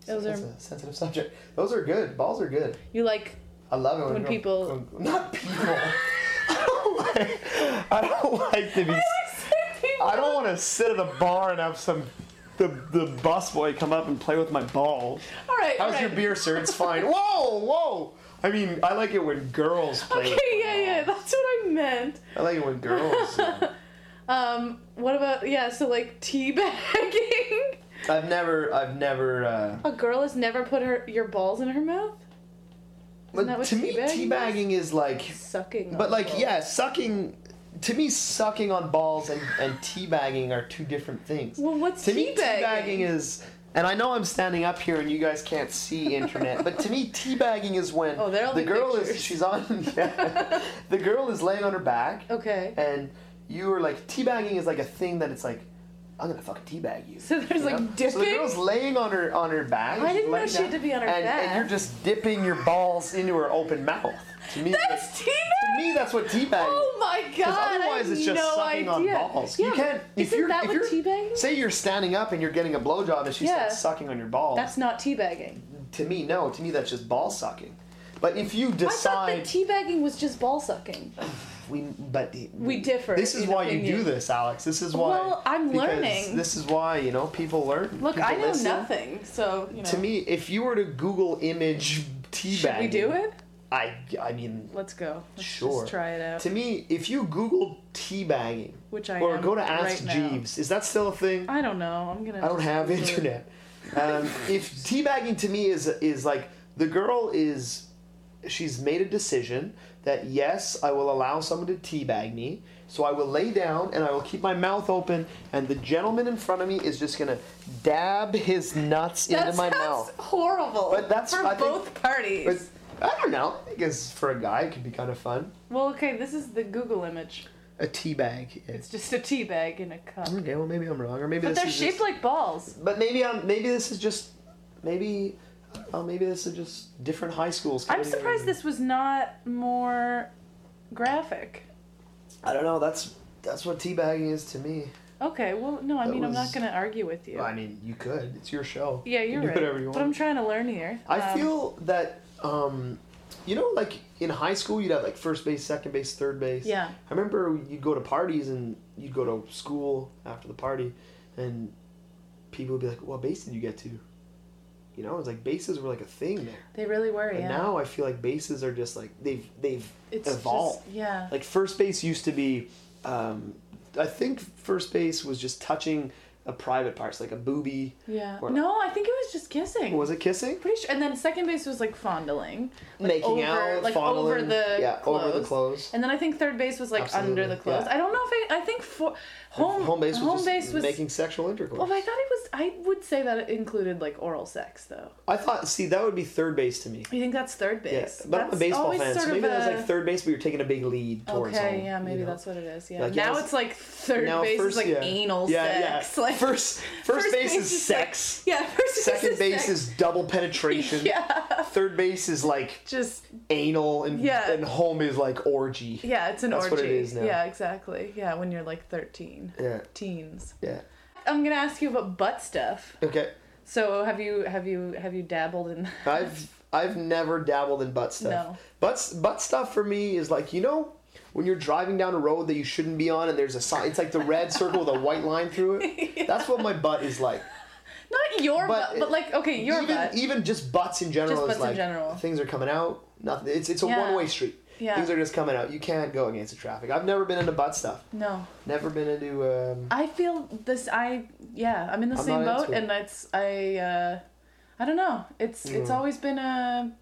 Speaker 2: Those
Speaker 1: that's
Speaker 2: are-
Speaker 1: a sensitive subject. Those are good. Balls are good.
Speaker 2: You like.
Speaker 1: I love it when,
Speaker 2: When
Speaker 1: girl-
Speaker 2: people-
Speaker 1: when- not people. I don't like. I don't like to be. I don't want to sit at a bar and have some. The, the bus boy come up and play with my balls.
Speaker 2: All right. all
Speaker 1: How's your
Speaker 2: right.
Speaker 1: beer, sir? It's fine. Whoa, whoa. I mean, I like it when girls play.
Speaker 2: Okay.
Speaker 1: with my
Speaker 2: Yeah. Yeah.
Speaker 1: balls.
Speaker 2: That's what I meant.
Speaker 1: I like it when girls. uh,
Speaker 2: Um. What about yeah? So like teabagging.
Speaker 1: I've never, I've never. Uh,
Speaker 2: A girl has never put her your balls in her mouth.
Speaker 1: but
Speaker 2: that what
Speaker 1: to me,
Speaker 2: teabagging is?
Speaker 1: teabagging is like,
Speaker 2: Sucking. on
Speaker 1: but like,
Speaker 2: balls.
Speaker 1: yeah, sucking. To me, sucking on balls and and teabagging are two different things.
Speaker 2: Well, what's
Speaker 1: to me,
Speaker 2: teabagging?
Speaker 1: teabagging is, and I know I'm standing up here and you guys can't see internet, but to me, teabagging is when
Speaker 2: Oh, there'll
Speaker 1: the
Speaker 2: be
Speaker 1: girl is
Speaker 2: pictures.
Speaker 1: she's on, yeah, the girl is laying on her back,
Speaker 2: Okay.
Speaker 1: and you are like teabagging is like a thing that it's like. I'm gonna fucking teabag you.
Speaker 2: So there's,
Speaker 1: you
Speaker 2: like,
Speaker 1: So the
Speaker 2: dipping?
Speaker 1: girl's laying on her on her back.
Speaker 2: I
Speaker 1: she's
Speaker 2: didn't know
Speaker 1: laying
Speaker 2: she had to be on her
Speaker 1: and, And
Speaker 2: back.
Speaker 1: you're just dipping your balls into her open mouth. To me,
Speaker 2: That's
Speaker 1: to
Speaker 2: teabagging.
Speaker 1: me that's what teabagging.
Speaker 2: Oh my god!
Speaker 1: Because otherwise,
Speaker 2: I
Speaker 1: it's just
Speaker 2: no
Speaker 1: sucking
Speaker 2: idea.
Speaker 1: on balls.
Speaker 2: Yeah,
Speaker 1: you can't.
Speaker 2: but
Speaker 1: If
Speaker 2: Isn't
Speaker 1: you're,
Speaker 2: that
Speaker 1: if
Speaker 2: what
Speaker 1: you're,
Speaker 2: teabagging? is?
Speaker 1: Say you're standing up and you're getting a blowjob, and she
Speaker 2: Yeah.
Speaker 1: starts sucking on your balls.
Speaker 2: That's not teabagging.
Speaker 1: to me, no. To me, that's just ball sucking. But if you
Speaker 2: I thought
Speaker 1: decide,
Speaker 2: that teabagging was just ball sucking.
Speaker 1: we but
Speaker 2: We differ.
Speaker 1: This is
Speaker 2: in
Speaker 1: why you do
Speaker 2: opinion.
Speaker 1: this, Alex. This is why.
Speaker 2: Well, I'm
Speaker 1: because
Speaker 2: learning.
Speaker 1: This is why you know people learn.
Speaker 2: Look,
Speaker 1: people
Speaker 2: I know
Speaker 1: listen.
Speaker 2: nothing, so you know.
Speaker 1: To me, if you were to Google image teabagging,
Speaker 2: should we do it?
Speaker 1: I I mean,
Speaker 2: Let's go. Let's
Speaker 1: Sure.
Speaker 2: Just try it out.
Speaker 1: to me, if you Google teabagging,
Speaker 2: Which I
Speaker 1: or
Speaker 2: am
Speaker 1: go to Ask
Speaker 2: right now.
Speaker 1: Jeeves, is that still a thing?
Speaker 2: I don't know. I'm gonna.
Speaker 1: I don't have
Speaker 2: Google it.
Speaker 1: internet. Um, if teabagging to me is is like the girl is, she's made a decision that yes, I will allow someone to teabag me. So I will lay down and I will keep my mouth open, and the gentleman in front of me is just gonna dab his nuts
Speaker 2: That
Speaker 1: into my
Speaker 2: sounds
Speaker 1: mouth.
Speaker 2: horrible.
Speaker 1: But that's-
Speaker 2: for
Speaker 1: I think-
Speaker 2: both parties.
Speaker 1: But I don't know. I guess for a guy, it could be kind of fun.
Speaker 2: well, okay, this is the Google image.
Speaker 1: A teabag.
Speaker 2: It's just a teabag in a cup.
Speaker 1: Okay, well maybe I'm wrong, or maybe
Speaker 2: But
Speaker 1: this
Speaker 2: they're
Speaker 1: is
Speaker 2: shaped
Speaker 1: just-
Speaker 2: like balls.
Speaker 1: But maybe I'm. Maybe this is just. Maybe. Oh, maybe this is just different high schools.
Speaker 2: I'm
Speaker 1: coming together.
Speaker 2: surprised this was not more graphic.
Speaker 1: I don't know. That's that's what teabagging is to me.
Speaker 2: Okay, well, no, I
Speaker 1: That
Speaker 2: mean, I'm
Speaker 1: was-
Speaker 2: not going to argue with you.
Speaker 1: I mean, you could. It's your show.
Speaker 2: yeah,
Speaker 1: You
Speaker 2: you're
Speaker 1: can
Speaker 2: right.
Speaker 1: Do whatever you want.
Speaker 2: But I'm trying to learn here.
Speaker 1: I
Speaker 2: Um,
Speaker 1: feel that um, you know, like in high school, you'd have like first base, second base, third base.
Speaker 2: Yeah.
Speaker 1: I remember you'd go to parties and you'd go to school after the party, and people would be like, "What base did you get to?" You know, it's like bases were like a thing there.
Speaker 2: They really were,
Speaker 1: But
Speaker 2: yeah.
Speaker 1: now I feel like bases are just like they've they've
Speaker 2: it's
Speaker 1: evolved.
Speaker 2: Just, yeah.
Speaker 1: Like first base used to be, um, I think first base was just touching a private part, so like a booby.
Speaker 2: yeah.
Speaker 1: or-
Speaker 2: No, I think it was just kissing.
Speaker 1: Was it kissing?
Speaker 2: Pretty sure. And then second base was like fondling. Like,
Speaker 1: Making
Speaker 2: over,
Speaker 1: out,
Speaker 2: like
Speaker 1: fondling,
Speaker 2: over the
Speaker 1: yeah,
Speaker 2: clothes.
Speaker 1: over the clothes.
Speaker 2: And then I think third base was like under
Speaker 1: Absolutely,
Speaker 2: the clothes.
Speaker 1: yeah.
Speaker 2: I don't know if I. I think for home
Speaker 1: home base was
Speaker 2: home
Speaker 1: just
Speaker 2: base was. Oh
Speaker 1: making sexual intercourse.
Speaker 2: well, I thought it was. I would say that it included like oral sex, though.
Speaker 1: I thought, see, that would be third base to me.
Speaker 2: You think that's third base?
Speaker 1: Yeah, but I'm a
Speaker 2: That's
Speaker 1: baseball
Speaker 2: always
Speaker 1: fan, so
Speaker 2: sort
Speaker 1: maybe
Speaker 2: of
Speaker 1: that was
Speaker 2: a-
Speaker 1: like third base, but you're taking a big lead towards
Speaker 2: Okay,
Speaker 1: home,
Speaker 2: yeah,
Speaker 1: you
Speaker 2: maybe
Speaker 1: know?
Speaker 2: that's what it is. Yeah.
Speaker 1: Like, yeah,
Speaker 2: now
Speaker 1: it's-
Speaker 2: it's like third
Speaker 1: Now,
Speaker 2: base
Speaker 1: first-
Speaker 2: is like
Speaker 1: yeah.
Speaker 2: anal
Speaker 1: Yeah, yeah.
Speaker 2: sex. Like
Speaker 1: first, first, base, is
Speaker 2: like-
Speaker 1: sex.
Speaker 2: yeah, first
Speaker 1: Second base
Speaker 2: sex.
Speaker 1: is double penetration.
Speaker 2: yeah.
Speaker 1: Third base is like
Speaker 2: Just
Speaker 1: anal, and
Speaker 2: Yeah.
Speaker 1: and home is like orgy.
Speaker 2: yeah, it's an
Speaker 1: That's
Speaker 2: orgy.
Speaker 1: what it is now.
Speaker 2: Yeah, exactly. Yeah, when you're like 13,
Speaker 1: Yeah.
Speaker 2: teens.
Speaker 1: Yeah.
Speaker 2: I'm gonna ask you about butt stuff.
Speaker 1: Okay.
Speaker 2: So have you have you have you dabbled in?
Speaker 1: I've I've never dabbled in butt stuff.
Speaker 2: No.
Speaker 1: Butt butt stuff for me is like you know when you're driving down a road that you shouldn't be on and there's a sign. It's like the red circle with a white line through it. That's what my butt is like.
Speaker 2: Not your
Speaker 1: But
Speaker 2: butt, but like okay, your
Speaker 1: even, e-
Speaker 2: butt.
Speaker 1: Even just butts in general
Speaker 2: Just
Speaker 1: is
Speaker 2: butts in
Speaker 1: like
Speaker 2: general.
Speaker 1: things are coming out. Nothing. It's it's a
Speaker 2: Yeah.
Speaker 1: one way street.
Speaker 2: Yeah.
Speaker 1: Things are just coming out. You can't go against the traffic. I've never been into butt stuff.
Speaker 2: No,
Speaker 1: Never been into. Um,
Speaker 2: I feel this. I yeah, I'm in the
Speaker 1: I'm
Speaker 2: same
Speaker 1: not into
Speaker 2: boat,
Speaker 1: it.
Speaker 2: and it's I. uh I don't know. It's it's
Speaker 1: Mm.
Speaker 2: always been a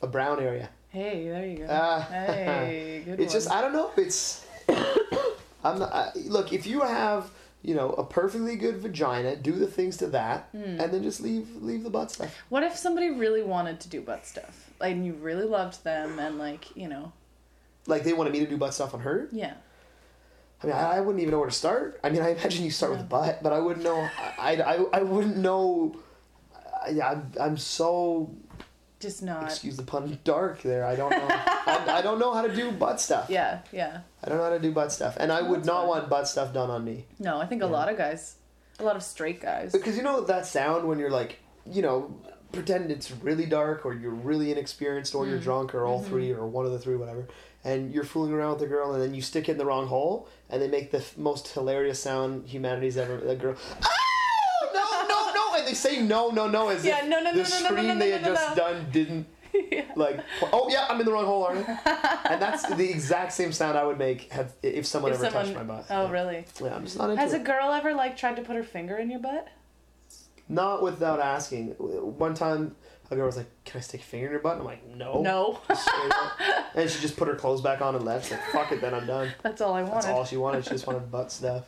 Speaker 1: a brown area.
Speaker 2: hey. There you go.
Speaker 1: Ah.
Speaker 2: hey, good
Speaker 1: It's
Speaker 2: one.
Speaker 1: just I don't know if it's. I'm not, I, look if you have you know a perfectly good vagina, do the things to that,
Speaker 2: Hmm.
Speaker 1: and then just leave leave the butt stuff.
Speaker 2: What if somebody really wanted to do butt stuff? Like, and you really loved them and like, you know,
Speaker 1: Like they wanted me to do butt stuff on her.
Speaker 2: yeah.
Speaker 1: I mean, I, I wouldn't even know where to start. I mean, I imagine you start with
Speaker 2: Yeah.
Speaker 1: butt, but I wouldn't know. I I, I wouldn't know. I, I'm I'm so
Speaker 2: Just not
Speaker 1: excuse the pun dark there. I don't know. I, I don't know how to do butt stuff.
Speaker 2: Yeah, yeah.
Speaker 1: I don't know how to do butt stuff, and I would
Speaker 2: That's
Speaker 1: not
Speaker 2: fine.
Speaker 1: want butt stuff done on me.
Speaker 2: No, I think a lot of guys a lot of straight guys.
Speaker 1: Because you know that sound when you're like, you know, pretend it's really dark or you're really inexperienced or you're
Speaker 2: Mm.
Speaker 1: drunk or all three
Speaker 2: Mm-hmm.
Speaker 1: or one of the three, whatever, and you're fooling around with a girl and then you stick it in the wrong hole and they make the f- most hilarious sound humanity's ever. The girl, "Oh, no, no, no, and they say no, no, no, as
Speaker 2: Yeah,
Speaker 1: if
Speaker 2: no, no,
Speaker 1: the
Speaker 2: no, no, no, no,
Speaker 1: scream
Speaker 2: no,
Speaker 1: they
Speaker 2: no,
Speaker 1: had
Speaker 2: no,
Speaker 1: just
Speaker 2: no.
Speaker 1: done didn't. Like, oh yeah, I'm in the wrong hole, aren't I? And that's the exact same sound I would make had, if someone
Speaker 2: If
Speaker 1: ever
Speaker 2: someone
Speaker 1: touched my butt.
Speaker 2: Oh,
Speaker 1: yeah.
Speaker 2: really?
Speaker 1: Yeah, I'm just not into
Speaker 2: Has
Speaker 1: it.
Speaker 2: a girl ever like tried to put her finger in your butt?
Speaker 1: Not without asking. One time, a girl was like, "Can I stick a finger in your butt?" And I'm like, "No."
Speaker 2: No.
Speaker 1: Just straight up. and she just put her clothes back on and left. She's like, "Fuck it, then I'm done."
Speaker 2: That's all I wanted.
Speaker 1: That's
Speaker 2: That's,
Speaker 1: all she wanted. She just wanted butt stuff.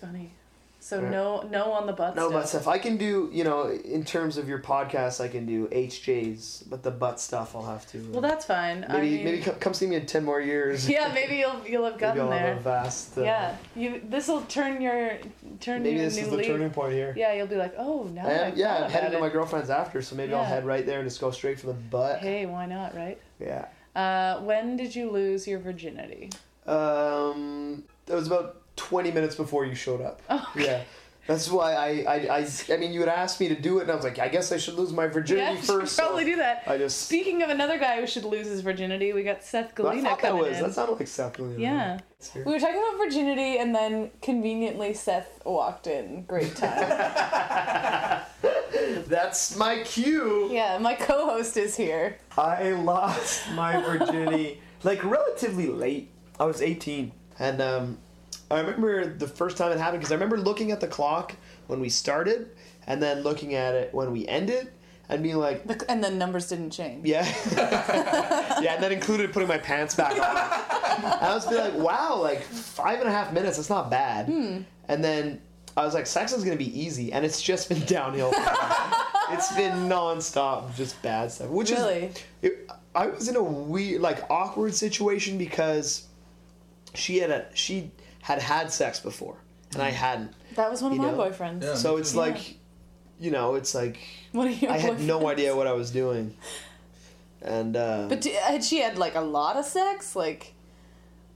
Speaker 2: funny. So
Speaker 1: Yeah.
Speaker 2: no no on the butt
Speaker 1: No
Speaker 2: stuff.
Speaker 1: butt stuff. I can do, you know, in terms of your podcast, I can do HJs, but the butt stuff I'll have to. uh,
Speaker 2: Well, that's fine. I
Speaker 1: maybe
Speaker 2: mean-
Speaker 1: maybe come, come see me in ten more years.
Speaker 2: Yeah, maybe you'll you'll have
Speaker 1: Maybe
Speaker 2: gotten
Speaker 1: I'll have a
Speaker 2: there.
Speaker 1: vast. Uh,
Speaker 2: yeah. You this will turn your turn
Speaker 1: Maybe
Speaker 2: your
Speaker 1: this
Speaker 2: new
Speaker 1: is the
Speaker 2: leaf.
Speaker 1: turning point here.
Speaker 2: Yeah, you'll be like, "Oh, now
Speaker 1: I
Speaker 2: that
Speaker 1: am,
Speaker 2: I've
Speaker 1: yeah,
Speaker 2: thought
Speaker 1: I'm heading
Speaker 2: about
Speaker 1: to my
Speaker 2: it.
Speaker 1: girlfriend's after, so maybe I'll
Speaker 2: Yeah.
Speaker 1: head right there and just go straight for the butt.
Speaker 2: Hey, why not, right?
Speaker 1: Yeah.
Speaker 2: Uh, when did you lose your virginity?
Speaker 1: Um, it was about twenty minutes before you showed up.
Speaker 2: Oh,
Speaker 1: Yeah, that's why I, I, I, I mean, you had asked me to do it, and I was like, I guess I should lose my virginity
Speaker 2: yeah,
Speaker 1: first.
Speaker 2: should probably
Speaker 1: so
Speaker 2: do that.
Speaker 1: I just.
Speaker 2: Speaking of another guy who should lose his virginity, we got Seth
Speaker 1: But I
Speaker 2: Galina
Speaker 1: thought that
Speaker 2: coming
Speaker 1: was.
Speaker 2: in.
Speaker 1: That sounded like South Galena.
Speaker 2: Yeah.
Speaker 1: It's weird.
Speaker 2: We were talking about virginity, and then conveniently Seth walked in. Great time.
Speaker 1: That's my cue.
Speaker 2: yeah, my co-host is here.
Speaker 1: I lost my virginity like relatively late. I was 18. And um, I remember the first time it happened because I remember looking at the clock when we started and then looking at it when we ended and being like,
Speaker 2: The- And the numbers didn't change.
Speaker 1: Yeah. yeah, and that included putting my pants back on. I was be like, wow, like five and a half minutes, that's not bad. And then I was like, sex is gonna be easy, and it's just been downhill. from there. it's been nonstop, just bad stuff. Which
Speaker 2: Really?
Speaker 1: is, it, I was in a weird, like awkward situation because she had a she had had sex before, and I hadn't.
Speaker 2: That was one of
Speaker 1: You
Speaker 2: my
Speaker 1: know?
Speaker 2: boyfriends.
Speaker 3: Yeah.
Speaker 1: So it's
Speaker 3: Yeah.
Speaker 1: like, you know, it's like
Speaker 2: One of your
Speaker 1: I had
Speaker 2: boyfriends.
Speaker 1: no idea what I was doing, and. Uh,
Speaker 2: But d- had she had like a lot of sex? Like,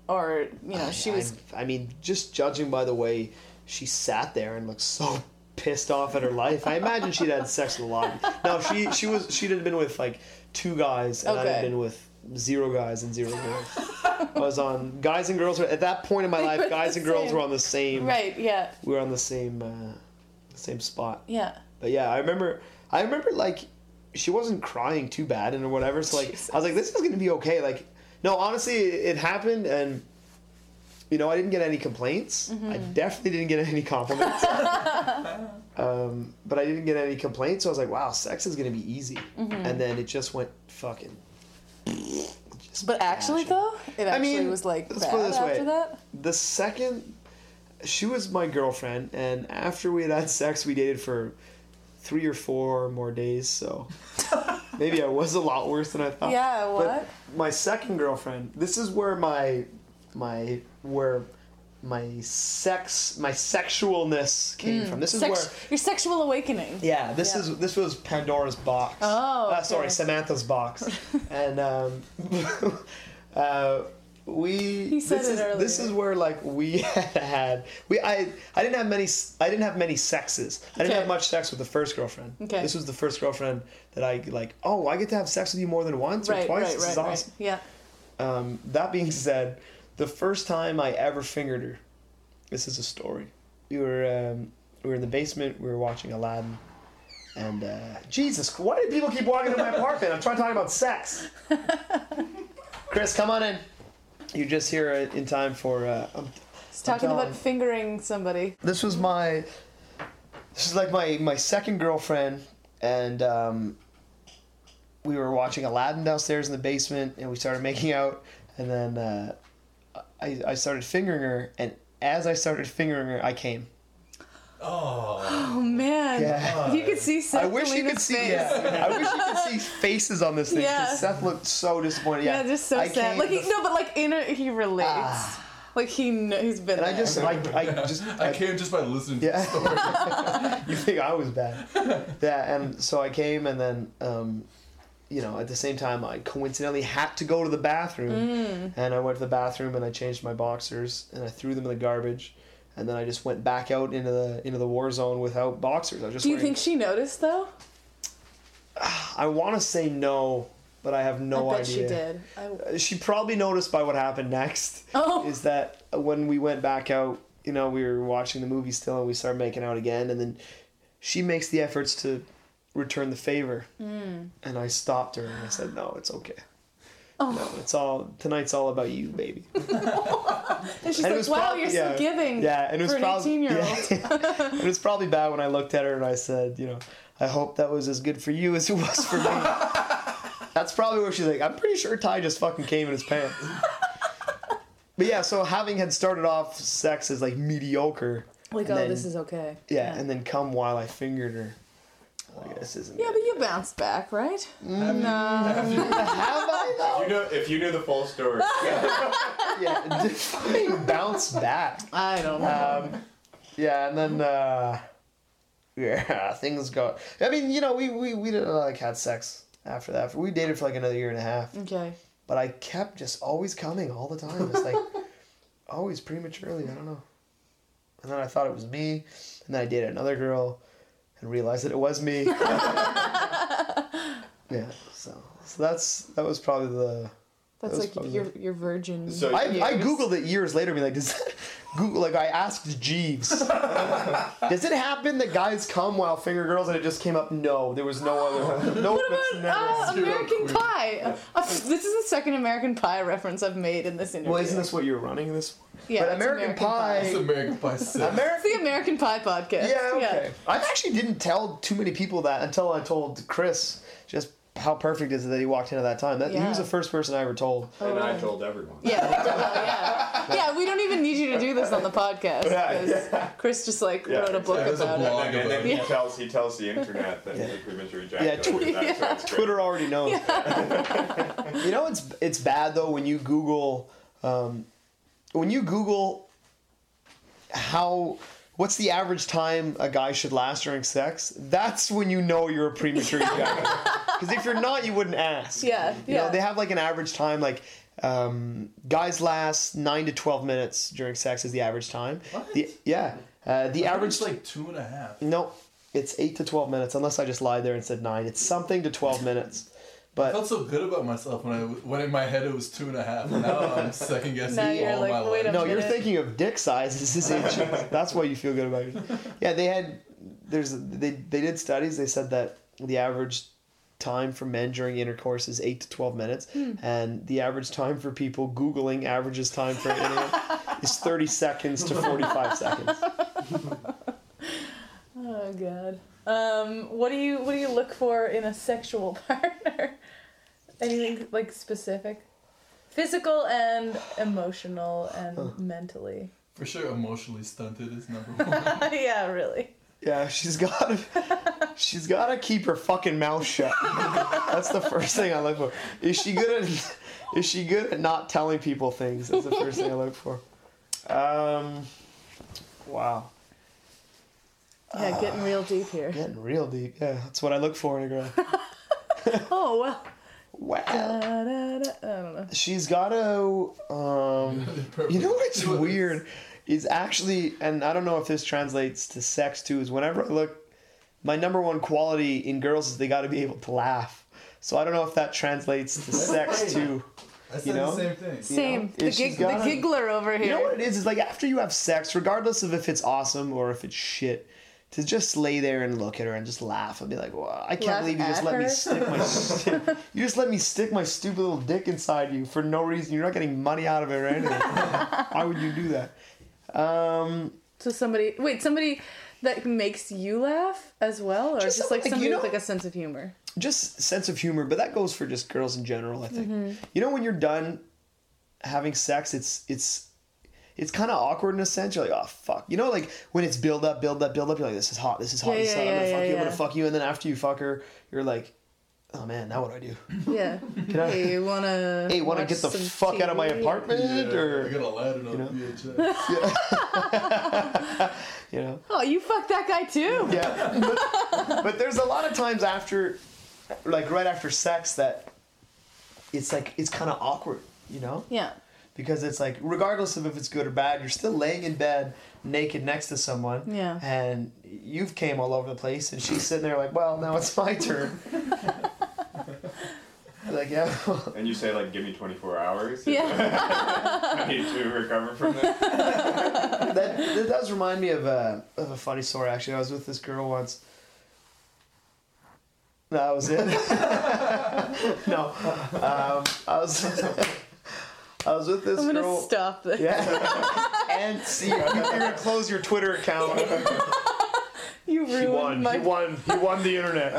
Speaker 2: or you know she was
Speaker 1: I, I mean, just judging by the way she sat there and looked so pissed off at her life, I imagine she'd had sex with a lot. Now if she she was she'd have been with like two guys, and I'd
Speaker 2: Okay.
Speaker 1: have been with zero guys and zero girls. I was on guys and girls were at that point in my
Speaker 2: were
Speaker 1: life. Guys
Speaker 2: the
Speaker 1: and girls
Speaker 2: same.
Speaker 1: were on the same.
Speaker 2: right yeah
Speaker 1: We were on the same uh, same spot.
Speaker 2: yeah
Speaker 1: But yeah, I remember. I remember like she wasn't crying too bad and or whatever. So like I was like, this is gonna be okay. Like no, honestly, it, it happened and. You know, I didn't get any complaints. I definitely didn't get any compliments. um, but I didn't get any complaints, so I was like, "Wow, sex is gonna be easy." And then it just went fucking. just
Speaker 2: but actually
Speaker 1: bashing.
Speaker 2: though it actually
Speaker 1: mean,
Speaker 2: was like
Speaker 1: let's
Speaker 2: bad
Speaker 1: put it this
Speaker 2: after
Speaker 1: way.
Speaker 2: that
Speaker 1: the second she was my girlfriend and after we had had sex we dated for three or four more days so maybe i was a lot worse than i thought
Speaker 2: Yeah,
Speaker 1: Oh, But
Speaker 2: what?
Speaker 1: my second girlfriend this is where my my where my sex my sexualness came from this is
Speaker 2: Hmm, Sex,
Speaker 1: where
Speaker 2: your sexual awakening
Speaker 1: yeah, this
Speaker 2: Yeah.
Speaker 1: is this was Pandora's box.
Speaker 2: Oh,
Speaker 1: Uh, sorry,
Speaker 2: okay.
Speaker 1: Samantha's box. and um, uh, we he
Speaker 2: said
Speaker 1: this
Speaker 2: it
Speaker 1: is this
Speaker 2: earlier.
Speaker 1: is where like we had, we I I didn't have many s- I didn't have many sexes. I didn't
Speaker 2: Okay.
Speaker 1: have much sex with the first girlfriend.
Speaker 2: Okay.
Speaker 1: This was the first girlfriend that I like. Oh, I get to have sex with you more than once or
Speaker 2: right
Speaker 1: twice.
Speaker 2: right
Speaker 1: this
Speaker 2: right,
Speaker 1: is
Speaker 2: right
Speaker 1: awesome.
Speaker 2: yeah
Speaker 1: Um, that being said, the first time I ever fingered her, this is a story. We were um, we were in the basement. We were watching Aladdin, and uh, Jesus, why do people keep walking in my apartment? I'm trying to talk about sex. Chris, come on in. You're just here uh, in time for. Uh, um,
Speaker 2: it's talking about
Speaker 1: telling.
Speaker 2: fingering somebody
Speaker 1: this was my. This is like my my second girlfriend, and um, we were watching Aladdin downstairs in the basement, and we started making out, and then uh, I, I started fingering her, and as I started fingering her, I came.
Speaker 3: Oh,
Speaker 2: oh man
Speaker 1: Yeah.
Speaker 2: you could see Seth
Speaker 1: I wish you could
Speaker 2: Galina's
Speaker 1: see.
Speaker 2: face.
Speaker 1: Yeah, I wish you could see faces on this thing. 'cause
Speaker 2: Yeah.
Speaker 1: Seth looked so disappointed.
Speaker 2: Yeah,
Speaker 1: Yeah,
Speaker 2: just so
Speaker 1: I
Speaker 2: sad.
Speaker 1: came
Speaker 2: Like
Speaker 1: to
Speaker 2: he,
Speaker 1: the-
Speaker 2: no, but like in a, he relates. Like he kn- he's been.
Speaker 1: and I
Speaker 2: there.
Speaker 1: just, I, I just,
Speaker 3: I came just by listening. to
Speaker 1: Yeah. you think I was bad. Yeah, and so I came and then um, you know, at the same time I coincidentally had to go to the bathroom
Speaker 2: Mm.
Speaker 1: and I went to the bathroom and I changed my boxers and I threw them in the garbage and then I just went back out into the into the war zone without boxers. I was just
Speaker 2: Do you
Speaker 1: wearing-
Speaker 2: think she noticed though?
Speaker 1: I wanna say no, but I have no
Speaker 2: I bet
Speaker 1: idea.
Speaker 2: she did. I,
Speaker 1: she probably noticed by what happened next
Speaker 2: Oh.
Speaker 1: is that when we went back out you know we were watching the movie still and we started making out again and then she makes the efforts to return the favor and i stopped her and i said no it's okay no it's all tonight's all about you baby
Speaker 2: and she's
Speaker 1: and it
Speaker 2: like,
Speaker 1: was
Speaker 2: "Wow,
Speaker 1: prob-
Speaker 2: you're
Speaker 1: yeah.
Speaker 2: so giving."
Speaker 1: Yeah, and it was
Speaker 2: for an
Speaker 1: prob-
Speaker 2: eighteen-year-old.
Speaker 1: yeah. it was probably bad when I looked at her and I said, you know, I hope that was as good for you as it was for me. That's probably where she's like, I'm pretty sure Ty just fucking came in his pants. but yeah, so having had started off sex as like mediocre,
Speaker 2: Like,
Speaker 1: and
Speaker 2: oh,
Speaker 1: then-
Speaker 2: this is okay.
Speaker 1: yeah, and then come while I fingered her. Like, this isn't.
Speaker 2: yeah,
Speaker 1: good.
Speaker 2: but you bounced back, right?
Speaker 1: have I
Speaker 3: You
Speaker 1: though?
Speaker 3: know, if you knew the full story,
Speaker 1: yeah, fucking bounce back.
Speaker 2: I don't know.
Speaker 1: um, yeah, and then uh, yeah, things got. I mean, you know, we we we didn't like had sex after that. We dated for like another year and a half,
Speaker 2: okay.
Speaker 1: but I kept just always coming all the time. It's like always prematurely. I don't know. And then I thought it was me, and then I dated another girl, and realized that it was me. yeah, so so that's that was probably the.
Speaker 2: That's
Speaker 1: was
Speaker 2: like
Speaker 1: probably
Speaker 2: your your virgin.
Speaker 3: So-
Speaker 1: I, I
Speaker 2: years.
Speaker 1: googled it years later. Be like, does Google like I asked Jeeves, does it happen that guys come while finger girls and it just came up? No, there was no other. No,
Speaker 2: What
Speaker 1: that's
Speaker 2: about
Speaker 1: never.
Speaker 2: uh,
Speaker 3: Zero
Speaker 2: American
Speaker 3: queer.
Speaker 2: Pie? Uh, uh, this is the second American Pie reference I've made in this interview.
Speaker 1: well, isn't this what you're running this?
Speaker 2: Yeah,
Speaker 1: but
Speaker 2: it's
Speaker 1: American,
Speaker 2: American
Speaker 3: it's
Speaker 1: Pie.
Speaker 3: American Pie Six.
Speaker 1: American.
Speaker 2: It's the American Pie podcast.
Speaker 1: Yeah, okay. I actually didn't tell too many people that until I told Chris just how perfect is it that he walked in at that time. That he
Speaker 2: Yeah. Oh,
Speaker 1: was the first person I ever told.
Speaker 3: and I told everyone.
Speaker 2: Yeah, well, yeah. Yeah, we don't even need you to do this on the podcast. 'cause Chris just like
Speaker 4: Yeah,
Speaker 2: wrote a book
Speaker 3: there's a
Speaker 2: about
Speaker 3: blog.
Speaker 2: it.
Speaker 4: And then, and then
Speaker 2: Yeah.
Speaker 4: he tells he tells the internet that
Speaker 1: Yeah.
Speaker 4: yeah. premature
Speaker 1: tw-
Speaker 4: ejaculate. Yeah,
Speaker 1: Twitter already knows. you know, it's it's bad though when you Google, um, when you Google how what's the average time a guy should last during sex. That's when you know you're a premature ejaculate. Because if you're not, you wouldn't ask.
Speaker 2: Yeah,
Speaker 1: You
Speaker 2: yeah.
Speaker 1: know, they have like an average time like. Um, guys last nine to twelve minutes during sex is the average time.
Speaker 3: What?
Speaker 1: The, yeah, uh, the average.
Speaker 5: It's like two and a half.
Speaker 1: no, it's eight to twelve minutes. Unless I just lied there and said nine. It's something to twelve minutes.
Speaker 5: I
Speaker 1: But
Speaker 5: felt so good about myself when I when in my head it was two and a half. Now I'm second guessing
Speaker 2: Now
Speaker 5: all
Speaker 2: you're like,
Speaker 5: my
Speaker 2: wait
Speaker 5: life.
Speaker 2: a
Speaker 1: no, you're
Speaker 2: minute.
Speaker 1: thinking of dick sizes is inches. That's why you feel good about yourself. Yeah, they had. There's they they did studies. They said that the average time for men during intercourse is eight to twelve minutes, and the average time for people googling averages time for internet is thirty seconds to forty five seconds.
Speaker 2: Oh god. Um, what do you what do you look for in a sexual partner? Anything like specific? Physical and emotional and mentally.
Speaker 5: For sure, emotionally stunted is number one.
Speaker 2: yeah, really.
Speaker 1: Yeah, she's got to she's got to keep her fucking mouth shut. That's the first thing I look for. Is she good at is she good at not telling people things? That's the first thing I look for. Um wow.
Speaker 2: Yeah, getting real deep here.
Speaker 1: Getting real deep. Yeah, that's what I look for in a girl.
Speaker 2: Oh well.
Speaker 1: Wow.
Speaker 2: Da, da, da. I don't know.
Speaker 1: She's got to um You know what's weird is actually, and I don't know if this translates to sex too, is whenever I look, my number one quality in girls is they got to be able to laugh. So I don't know if that translates to sex too.
Speaker 5: I said
Speaker 1: you know?
Speaker 5: the same thing.
Speaker 2: Same.
Speaker 1: Yeah,
Speaker 2: the,
Speaker 1: she's
Speaker 2: gig-
Speaker 1: got
Speaker 2: the
Speaker 1: it.
Speaker 2: giggler over here.
Speaker 1: You know what it is? Is like after you have sex, regardless of if it's awesome or if it's shit, to just lay there and look at her and just laugh and be like, "Wow, I can't
Speaker 2: Laugh
Speaker 1: believe you just
Speaker 2: at
Speaker 1: let me
Speaker 2: her?
Speaker 1: stick my stick, you just let me stick my stupid little dick inside you for no reason. You're not getting money out of it or anything. Why would you do that?" Um,
Speaker 2: So somebody wait, somebody that makes you laugh as well, or
Speaker 1: Just
Speaker 2: just, like
Speaker 1: somebody,
Speaker 2: somebody
Speaker 1: you know-
Speaker 2: with like a sense of humor.
Speaker 1: just sense of humor, but that goes for just girls in general, I think.
Speaker 2: Mm-hmm.
Speaker 1: You know when you're done having sex, it's it's it's kind of awkward in a sense. You're like, oh fuck. You know, like when it's build up, build up, build up. You're like, this is hot, this is hot.
Speaker 2: Yeah,
Speaker 1: this is
Speaker 2: yeah,
Speaker 1: hot. I'm gonna
Speaker 2: yeah,
Speaker 1: fuck
Speaker 2: yeah,
Speaker 1: you. I'm gonna
Speaker 2: yeah.
Speaker 1: fuck you. And then after you fuck her, you're like, oh man, now what do I do?
Speaker 2: Yeah.
Speaker 1: Can I?
Speaker 2: Hey, wanna?
Speaker 1: Hey, want to
Speaker 2: watch
Speaker 1: get the
Speaker 2: some
Speaker 1: fuck out of my
Speaker 2: TV?
Speaker 1: apartment,
Speaker 5: Yeah,
Speaker 1: or
Speaker 5: I got a ladder on
Speaker 1: know?
Speaker 5: VHS.
Speaker 1: you know?
Speaker 2: Oh, you fucked that guy too.
Speaker 1: Yeah. But, but there's a lot of times after, like right after sex, that it's like it's kind of awkward, you know?
Speaker 2: Yeah.
Speaker 1: because it's like regardless of if it's good or bad you're still laying in bed naked next to someone
Speaker 2: Yeah.
Speaker 1: and you've came all over the place and she's sitting there like well now it's my turn like yeah well,
Speaker 4: And you say like, give me 24 hours.
Speaker 2: Yeah.
Speaker 4: I need to recover from this.
Speaker 1: that, that does remind me of a, of a funny story actually i was with this girl once no, that was it no um, i was i was with this
Speaker 2: I'm gonna
Speaker 1: girl
Speaker 2: stop this.
Speaker 1: yeah and see you're gonna close your twitter account
Speaker 2: You ruined
Speaker 1: He won.
Speaker 2: my.
Speaker 1: He won. He won the internet.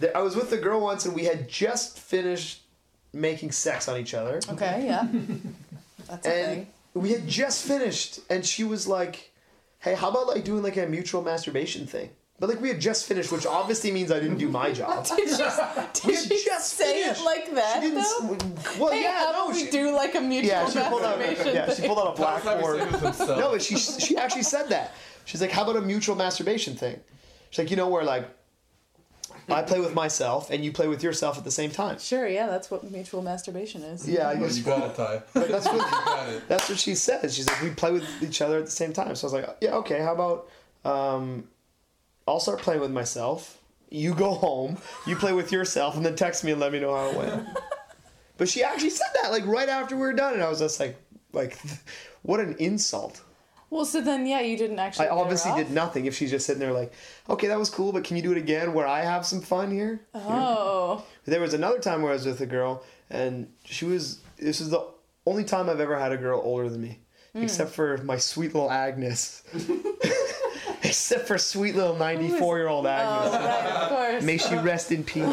Speaker 1: There- I was with the girl once, and we had just finished making sex on each other,
Speaker 2: Okay. Yeah. That's a
Speaker 1: and
Speaker 2: thing.
Speaker 1: we had just finished, and she was like, "Hey, how about like doing like a mutual masturbation thing?" But like we had just finished, which obviously means I didn't do my job.
Speaker 2: Did she,
Speaker 1: We
Speaker 2: did
Speaker 1: had
Speaker 2: she say
Speaker 1: finished.
Speaker 2: it like
Speaker 1: She
Speaker 2: that
Speaker 1: didn't. s-
Speaker 2: though?
Speaker 1: Well,
Speaker 2: Hey,
Speaker 1: yeah,
Speaker 2: how
Speaker 1: no,
Speaker 2: about
Speaker 1: she,
Speaker 2: we do like a mutual
Speaker 1: yeah, she pulled out.
Speaker 2: masturbation
Speaker 1: Yeah, she
Speaker 2: thing?
Speaker 1: pulled out a black
Speaker 5: Obviously,
Speaker 1: horn.
Speaker 5: it was himself.
Speaker 1: No, but she she actually said that. She's like, how about a mutual masturbation thing? She's like, you know, where like I play with myself and you play with yourself at the same time.
Speaker 2: Sure. Yeah, that's what mutual masturbation is.
Speaker 1: Yeah, I
Speaker 5: Well,
Speaker 1: guess
Speaker 5: you got it, Ty. You
Speaker 1: that's what
Speaker 5: got it.
Speaker 1: that's what she says. She's like, we play with each other at the same time. So I was like, yeah, okay. How about um, I'll start playing with myself. You go home. You play with yourself, and then text me and let me know how it went. but she actually said that like right after we were done, and I was just like, like, what an insult.
Speaker 2: Well, so then, yeah, you didn't actually.
Speaker 1: I
Speaker 2: get her
Speaker 1: obviously
Speaker 2: off?
Speaker 1: did nothing if she's just sitting there like, okay, that was cool, but can you do it again where I have some fun here?
Speaker 2: Oh.
Speaker 1: There was another time where I was with a girl and she was, this is the only time I've ever had a girl older than me,
Speaker 2: Hmm.
Speaker 1: except for my sweet little Agnes. except for sweet little 94 year old
Speaker 2: Oh,
Speaker 1: Agnes.
Speaker 2: right, of course.
Speaker 1: May she rest in peace.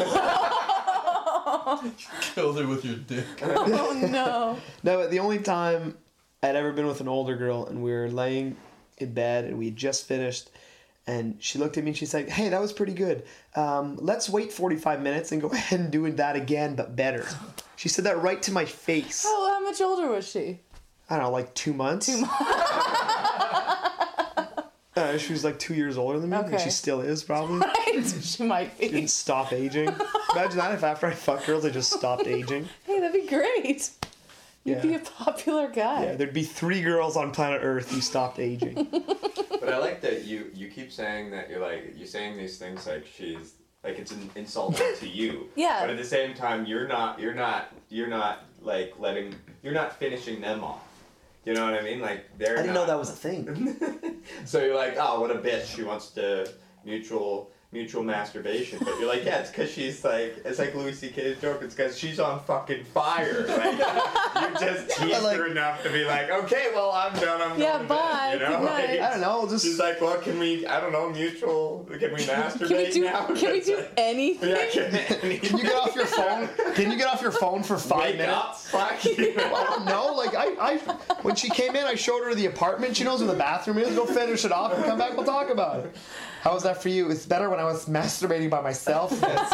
Speaker 5: Killed her with your dick.
Speaker 2: Oh no.
Speaker 1: No, but the only time I'd ever been with an older girl and we were laying in bed and we had just finished and she looked at me and she said, Hey, that was pretty good. Um, let's wait 45 minutes and go ahead and do that again, but better. She said that right to my face.
Speaker 2: Oh, how much older was she?
Speaker 1: I don't know, like two months. Two months. uh, she was like two years older than me, and
Speaker 2: Okay.
Speaker 1: she still is probably.
Speaker 2: she might be.
Speaker 1: Didn't stop aging. Imagine that if after I fucked girls, I just stopped aging.
Speaker 2: Hey, that'd be great. You'd
Speaker 1: Yeah.
Speaker 2: be a popular guy.
Speaker 1: Yeah, there'd be three girls on planet Earth who stopped aging.
Speaker 4: But I like that you you keep saying that you're like you're saying these things like she's like it's an insulting to you.
Speaker 2: Yeah.
Speaker 4: But at the same time, you're not you're not you're not like letting you're not finishing them off. You know what I mean? Like they're.
Speaker 1: I didn't know
Speaker 4: not-
Speaker 1: that was a thing.
Speaker 4: so you're like, oh, what a bitch. She wants to mutual mutual masturbation, but you're like, yeah, it's because she's like, it's like Louis C.K.'s joke. It's because she's on fucking fire. Like, you just tease
Speaker 1: like-
Speaker 4: her enough to be like, okay, well, I'm done. I'm
Speaker 2: Yeah,
Speaker 4: going to bed,"
Speaker 2: bye,
Speaker 4: You know?
Speaker 2: good night.
Speaker 1: I don't know. Just
Speaker 4: She's like, well, can we? I don't know, mutual. Can we masturbate
Speaker 2: Can we do?
Speaker 4: now?
Speaker 2: Can we
Speaker 4: It's
Speaker 2: do
Speaker 4: like,
Speaker 2: anything?
Speaker 4: Yeah, can,
Speaker 1: can you get off your phone? Can you get off your phone for five
Speaker 4: wake
Speaker 1: minutes?
Speaker 4: up? Fuck you.
Speaker 1: I don't know. Like I, I, when she came in, I showed her the apartment. She knows where the bathroom is. Go finish it off and come back. We'll talk about it. How was that for you? It's better when I was masturbating by myself.
Speaker 5: And this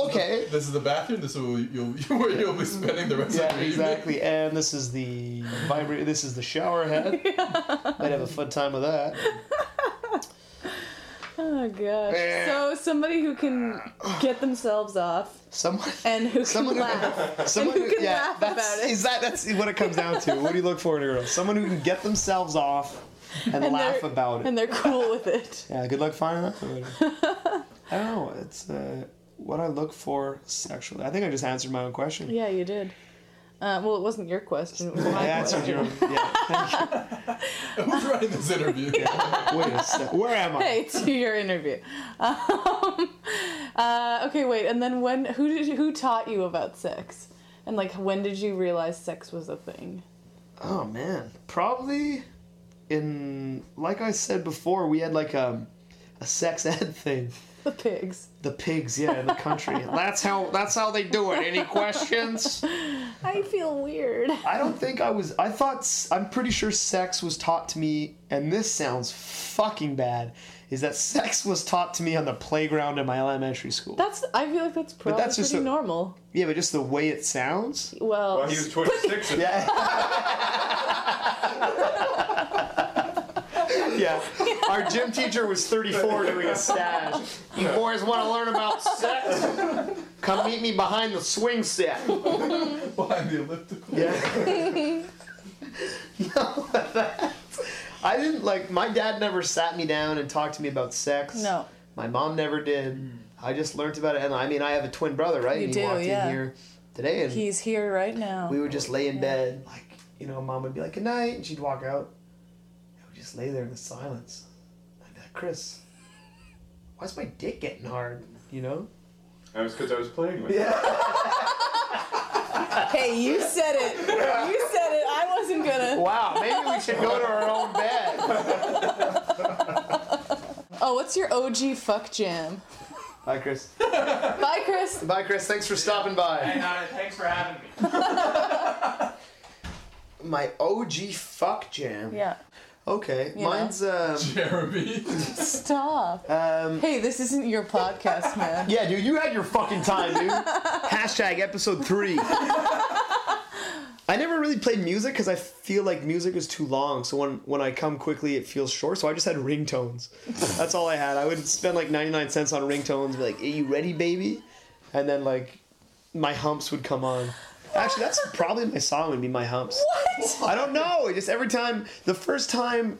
Speaker 1: Okay.
Speaker 5: Is the, this is the bathroom. This is where you'll, where you'll be spending the rest
Speaker 1: yeah,
Speaker 5: of your evening.
Speaker 1: exactly. And this is the vibrator. This is the shower head. Might have a fun time with that.
Speaker 2: Oh gosh.
Speaker 1: Yeah.
Speaker 2: So somebody who can get themselves off
Speaker 1: Someone.
Speaker 2: and who can
Speaker 1: Someone-
Speaker 2: laugh.
Speaker 1: Someone
Speaker 2: who can laugh
Speaker 1: that's,
Speaker 2: about it.
Speaker 1: Is that that's what it comes down to? What do you look for in a girl? Someone who can get themselves off and,
Speaker 2: And
Speaker 1: laugh
Speaker 2: they're-
Speaker 1: about it.
Speaker 2: And they're cool with it.
Speaker 1: Yeah, good luck finding that. I don't know. It's uh, what I look for sexually. I think I just answered my own question.
Speaker 2: Yeah, you did. Uh, well, it wasn't your question. It was
Speaker 1: I
Speaker 2: my
Speaker 1: answered
Speaker 2: question.
Speaker 1: your own. Yeah. Thank
Speaker 5: Who's running this interview?
Speaker 1: you. Wait a sec. Where am I?
Speaker 2: Hey, to your interview. Um, uh, okay, wait. And then when? Who did? Who taught you about sex? And like, when did you realize sex was a thing?
Speaker 1: Oh man, probably in like I said before, we had like a a sex ed thing.
Speaker 2: The pigs.
Speaker 1: The pigs, yeah, in the country. that's how that's how they do it. Any questions?
Speaker 2: I feel weird.
Speaker 1: I don't think I was. I thought. s- I'm pretty sure sex was taught to me, and this sounds fucking bad, is that sex was taught to me on the playground in my elementary school.
Speaker 2: That's. I feel like that's probably
Speaker 1: that's just
Speaker 2: pretty
Speaker 1: a-
Speaker 2: normal.
Speaker 1: yeah, but just the way it sounds.
Speaker 2: Well,
Speaker 4: Well, he was 26. and-
Speaker 1: Yeah. yeah. Our gym teacher was 34 doing a stash. You boys want to learn about sex? Come meet me behind the swing set.
Speaker 5: Behind the elliptical.
Speaker 1: Yeah. no, that, I didn't like. My dad never sat me down and talked to me about sex.
Speaker 2: No.
Speaker 1: My mom never did. I just learned about it, and I mean, I have a twin brother, right?
Speaker 2: You
Speaker 1: and
Speaker 2: do,
Speaker 1: he walked
Speaker 2: yeah.
Speaker 1: in here today, and
Speaker 2: he's here right now.
Speaker 1: we would just lay in bed, like you know, mom would be like, "Good night," and she'd walk out. I would just lay there in the silence. I'd be like, "Chris, why's my dick getting hard?" You know?
Speaker 4: That was because I was playing with.
Speaker 1: Yeah.
Speaker 2: Hey, you said it. You said it. I wasn't gonna.
Speaker 1: Wow. Maybe we should go to our own bed.
Speaker 2: Oh, what's your OG fuck jam?
Speaker 1: Bye, Chris.
Speaker 2: Bye, Chris.
Speaker 1: Bye, Chris. Thanks for stopping by.
Speaker 4: thanks for having me.
Speaker 1: My OG fuck jam.
Speaker 2: Yeah.
Speaker 1: Okay.
Speaker 2: You know?
Speaker 1: Mine's um
Speaker 5: Jeremy.
Speaker 2: Stop.
Speaker 1: um
Speaker 2: Hey, this isn't your podcast, man.
Speaker 1: Yeah, dude, you had your fucking time, dude. Hashtag episode three. I never really played music because I feel like music is too long. So when, when I come quickly, it feels short. So I just had ringtones. That's all I had. I would spend like 99 cents on ringtones, be like, Are you ready, baby? And then like my humps would come on. Actually, that's probably my song would be my humps.
Speaker 2: What?
Speaker 1: I don't know. It Just every time, the first time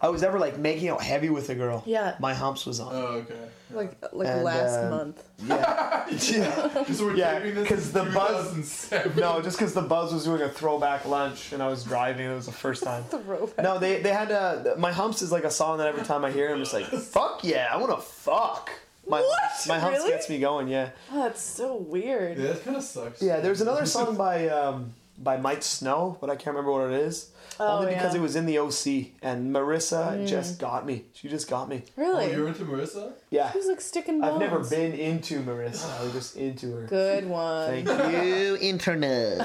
Speaker 1: I was ever like making out heavy with a girl,
Speaker 2: Yeah.
Speaker 1: my humps was on.
Speaker 5: Oh, okay.
Speaker 2: Like like
Speaker 1: And,
Speaker 2: last
Speaker 1: um,
Speaker 2: month.
Speaker 1: Yeah. yeah.
Speaker 5: Because we're
Speaker 1: Yeah,
Speaker 5: taping this
Speaker 1: 'cause
Speaker 5: in
Speaker 1: the buzz-
Speaker 5: 2007.
Speaker 1: No, just because the Buzz was doing a throwback lunch and I was driving, it was the first time.
Speaker 2: Throwback.
Speaker 1: No, they they had uh, my humps is like a song that every time I hear, it, I'm just like, fuck yeah, I want to fuck. My
Speaker 2: What?
Speaker 1: my humps
Speaker 2: Really?
Speaker 1: gets me going, yeah.
Speaker 2: Oh, that's so weird.
Speaker 5: Yeah, that kind of sucks.
Speaker 1: Yeah, there's another song by um, by Mike Snow, but I can't remember what it is.
Speaker 2: Oh,
Speaker 1: Only because
Speaker 2: yeah. Mm.
Speaker 1: it was in the OC, and Marissa just got me. She just got me.
Speaker 5: Oh,
Speaker 2: Really?
Speaker 5: you're into Marissa?
Speaker 1: Yeah,
Speaker 2: He was like sticking bones.
Speaker 1: I've never been into Marissa. I was just into her.
Speaker 2: Good one.
Speaker 1: Thank you, internet.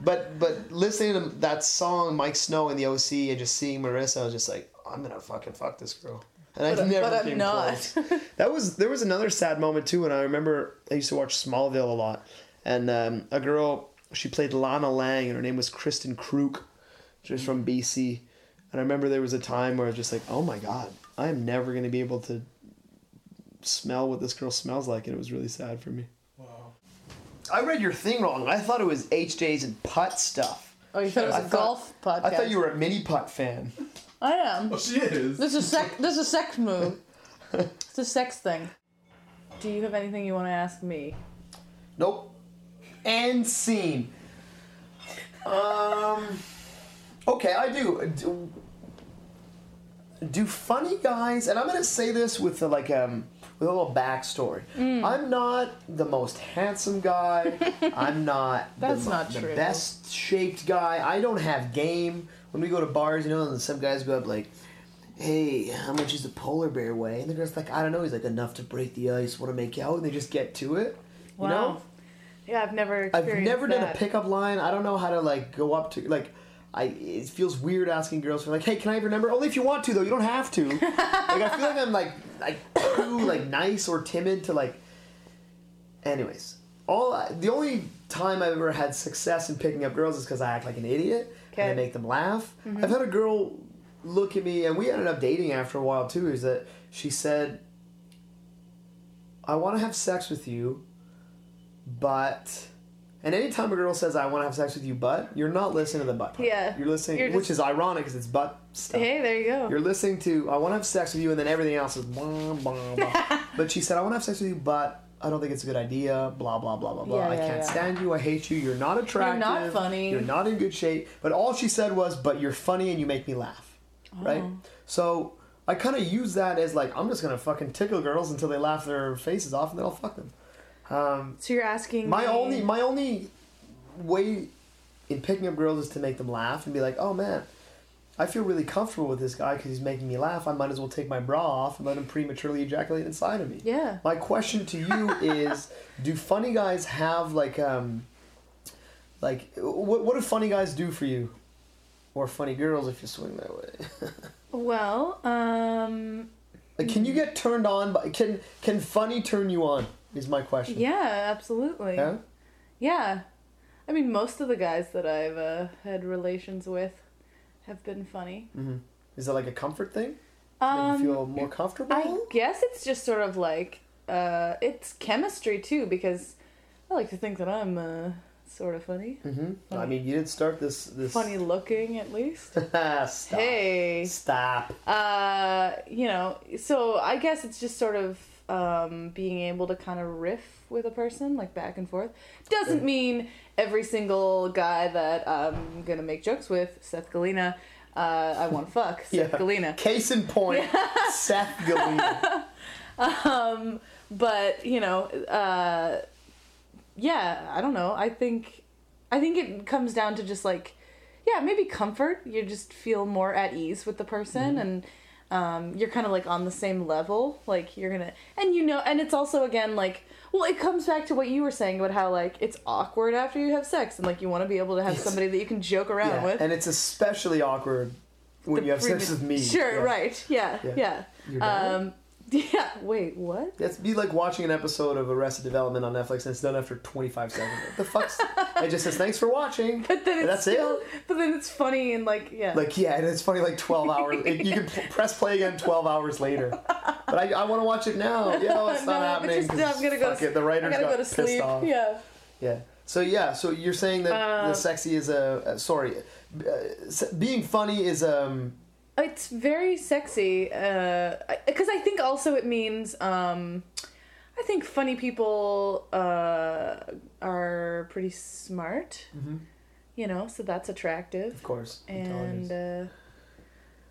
Speaker 1: but but listening to that song, Mike Snow in the OC, and just seeing Marissa, I was just like, I'm gonna fucking fuck this girl. And I
Speaker 2: But,
Speaker 1: never
Speaker 2: but
Speaker 1: came
Speaker 2: I'm not.
Speaker 1: close. That was there was another sad moment too, and I remember I used to watch Smallville a lot, and um, a girl she played Lana Lang, and her name was Kristen Kruk. She was from BC, and I remember there was a time where I was just like, oh my god, I am never gonna be able to smell what this girl smells like, and it was really sad for me.
Speaker 5: Wow.
Speaker 1: I read your thing wrong. I thought it was HJs and putt stuff.
Speaker 2: Oh, you thought it was
Speaker 1: I
Speaker 2: a
Speaker 1: thought-
Speaker 2: golf podcast.
Speaker 1: I thought you were a mini putt fan.
Speaker 2: I am.
Speaker 5: Oh, she is.
Speaker 2: This is sex. This is sex move. It's a sex thing. Do you have anything you want to ask me?
Speaker 1: Nope. And scene. Um. Okay, I do. do. do funny guys, and I'm gonna say this with a, like um with a little backstory.
Speaker 2: Mm.
Speaker 1: I'm not the most handsome guy. I'm not.
Speaker 2: That's
Speaker 1: the, mo-
Speaker 2: not
Speaker 1: the
Speaker 2: true.
Speaker 1: best shaped guy. I don't have game. When we go to bars, you know, and some guys go up like. Hey, how much is the polar bear weigh? And the girl's like, I don't know. He's like, enough to break the ice. Want to make out? And they just get to it. You know?
Speaker 2: Yeah, I've never.
Speaker 1: I've
Speaker 2: Experienced
Speaker 1: never done a
Speaker 2: that.
Speaker 1: pickup line. I don't know how to like go up to like. I it feels weird asking girls for like, hey, can I have your number? Only if you want to though. You don't have to. like I feel like I'm like like too like nice or timid to like. Anyways, all I- the only time I've ever had success in picking up girls is because I act like an idiot and I
Speaker 2: Okay. Mm-hmm.
Speaker 1: make them laugh. I've had a girl look at me, and we ended up dating after a while too. Is that she said, "I want to have sex with you, but." And anytime a girl says, "I want to have sex with you," but you're not listening to the butt. part.
Speaker 2: Yeah.
Speaker 1: you're listening,
Speaker 2: You're
Speaker 1: which
Speaker 2: just-
Speaker 1: is ironic because it's butt stuff.
Speaker 2: Hey, there you go.
Speaker 1: You're listening to I want to have sex with you, and then everything else is blah blah blah. but she said I want to have sex with you, but I don't think it's a good idea. Blah blah blah blah blah.
Speaker 2: Yeah,
Speaker 1: I
Speaker 2: yeah,
Speaker 1: can't
Speaker 2: yeah.
Speaker 1: stand you. I hate you. You're not attractive.
Speaker 2: funny.
Speaker 1: You're not in good shape. But all she said was, "But you're funny and you make me laugh." Right.
Speaker 2: Oh.
Speaker 1: So I kind of use that as like I'm just gonna fucking tickle girls until they laugh their faces off, and then I'll fuck them.
Speaker 2: so you're asking
Speaker 1: My
Speaker 2: me-
Speaker 1: only my only way in picking up girls is to make them laugh and be like, oh man, I feel really comfortable with this guy because he's making me laugh. I might as well take my bra off and let him prematurely ejaculate inside of me.
Speaker 2: Yeah.
Speaker 1: My question to you is, do funny guys have like um, like what what do funny guys do for you, or funny girls if you swing that way?
Speaker 2: Well, um,
Speaker 1: like, can you get turned on by can can funny turn you on? Is my question.
Speaker 2: yeah, absolutely.
Speaker 1: Yeah?
Speaker 2: Yeah. I mean, most of the guys that I've uh, had relations with have been funny.
Speaker 1: Is that like a comfort thing? Make
Speaker 2: Um,
Speaker 1: Mm, you feel more comfortable?
Speaker 2: I guess it's just sort of like uh, it's chemistry too, because I like to think that I'm uh, sort of funny,
Speaker 1: I mean, you did start this. This
Speaker 2: funny looking at least.
Speaker 1: Stop.
Speaker 2: hey,
Speaker 1: Stop.
Speaker 2: uh, you know, so I guess it's just sort of um, being able to kind of riff with a person, like back and forth. Doesn't mean every single guy that I'm gonna make jokes with, Seth Galina, uh, I want to fuck Seth Galina.
Speaker 1: Case in point, Seth Galena.
Speaker 2: But you know, uh, yeah, I don't know. I think, I think it comes down to just like, yeah, maybe comfort. You just feel more at ease with the person
Speaker 1: Mm-hmm.
Speaker 2: and. um, you're kind of like on the same level. Like you're gonna, and you know, and it's also again like, well, it comes back to what you were saying about how like it's awkward after you have sex, and like you want to be able to have somebody that you can joke around
Speaker 1: Yeah,
Speaker 2: with.
Speaker 1: And it's especially awkward when you have sex
Speaker 2: Previ-
Speaker 1: with me.
Speaker 2: Sure,
Speaker 1: Yeah.
Speaker 2: right? Yeah,
Speaker 1: Yeah.
Speaker 2: yeah.
Speaker 1: You're down?
Speaker 2: Um, yeah. Wait, what?
Speaker 1: That's be like watching an episode of Arrested Development on Netflix and it's done after 25 seconds. What the fuck's. it just says, thanks for watching.
Speaker 2: But then
Speaker 1: and that's
Speaker 2: it's still,
Speaker 1: it.
Speaker 2: but then it's funny and like yeah.
Speaker 1: Like, yeah, and it's funny, like 12 hours. it- you can p- press play again 12 hours later. But I, I want to watch it now. Yeah, no, it's not
Speaker 2: but
Speaker 1: happening.
Speaker 2: just, no,
Speaker 1: 'cause
Speaker 2: I'm gonna go.
Speaker 1: fuck
Speaker 2: to,
Speaker 1: it, The
Speaker 2: I
Speaker 1: writers
Speaker 2: gotta
Speaker 1: got
Speaker 2: go to
Speaker 1: pissed
Speaker 2: sleep.
Speaker 1: off.
Speaker 2: Yeah.
Speaker 1: Yeah. So yeah. So you're saying that the
Speaker 2: Uh,
Speaker 1: sexy is a uh, sorry, uh, s- being funny is um
Speaker 2: Uh, It's very sexy because I think also it means um, I think funny people uh, are pretty smart, you know, so that's attractive.
Speaker 1: Mm-hmm. of course
Speaker 2: And
Speaker 1: intelligence.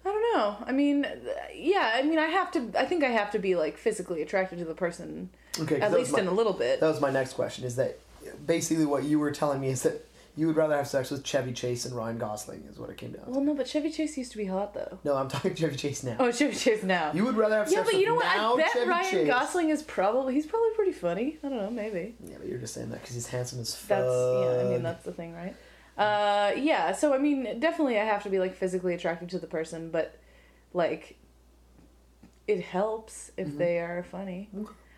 Speaker 2: uh, I don't know. I mean, th- yeah, I mean, I have to. I think I have to be like physically attracted to the person
Speaker 1: okay. 'cause
Speaker 2: at
Speaker 1: that
Speaker 2: least
Speaker 1: was
Speaker 2: in
Speaker 1: my,
Speaker 2: a little bit.
Speaker 1: that was my next question. Is that basically what you were telling me is that you would rather have sex with Chevy Chase and Ryan Gosling is what it came down. to.
Speaker 2: Well, no, but Chevy Chase used to be hot though.
Speaker 1: No, I'm talking Chevy Chase now.
Speaker 2: Oh, Chevy Chase now.
Speaker 1: You would rather have
Speaker 2: yeah,
Speaker 1: sex
Speaker 2: but
Speaker 1: with
Speaker 2: you know what?
Speaker 1: now
Speaker 2: I bet
Speaker 1: Chevy
Speaker 2: Ryan
Speaker 1: Chase.
Speaker 2: Gosling is probably he's probably pretty funny. I don't know, maybe.
Speaker 1: Yeah, but you're just saying that because he's handsome as fuck.
Speaker 2: That's yeah. I mean, that's the thing, right? Uh, yeah. So I mean, definitely, I have to be like physically attracted to the person, but like, it helps if
Speaker 1: Mm-hmm.
Speaker 2: they are funny.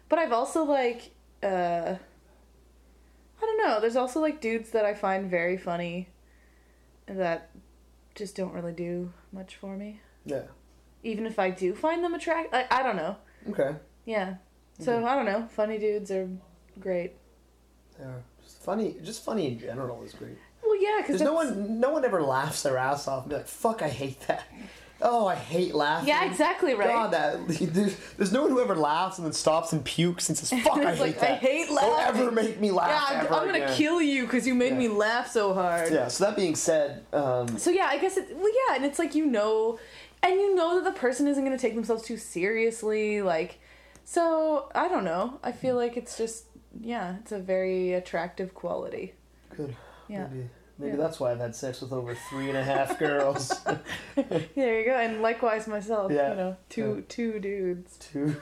Speaker 2: But I've also like, uh, I don't know. There's also like dudes that I find very funny, that just don't really do much for me.
Speaker 1: yeah.
Speaker 2: Even if I do find them attract, I, I don't know.
Speaker 1: Okay.
Speaker 2: Mm-hmm. Yeah. So I don't know. Funny dudes are great.
Speaker 1: Yeah. funny, just funny in general is great.
Speaker 2: Well, yeah, because
Speaker 1: There's no one, no one ever laughs their ass off and be like, "Fuck, I hate that." Oh, I hate laughing.
Speaker 2: Yeah, exactly right.
Speaker 1: God, that there's, there's no one who ever laughs and then stops and pukes and says, "Fuck, I
Speaker 2: It's
Speaker 1: hate
Speaker 2: like,
Speaker 1: that."
Speaker 2: "I hate
Speaker 1: Don't
Speaker 2: laughing."
Speaker 1: ever make me laugh.
Speaker 2: Yeah, I'm,
Speaker 1: ever
Speaker 2: I'm gonna
Speaker 1: again."
Speaker 2: kill you because you made me laugh so hard.
Speaker 1: Yeah. So that being said, um,
Speaker 2: So yeah, I guess it. Well, yeah, and it's like you know, and you know that the person isn't gonna take themselves too seriously. Like, so I don't know. I feel like it's just yeah, it's a very attractive quality.
Speaker 1: good.
Speaker 2: Yeah.
Speaker 1: Maybe, maybe
Speaker 2: Yeah.
Speaker 1: that's why I've had sex with over three and a half girls.
Speaker 2: There you go. And likewise myself.
Speaker 1: Yeah.
Speaker 2: You know, two
Speaker 1: Yeah.
Speaker 2: two dudes.
Speaker 1: Two.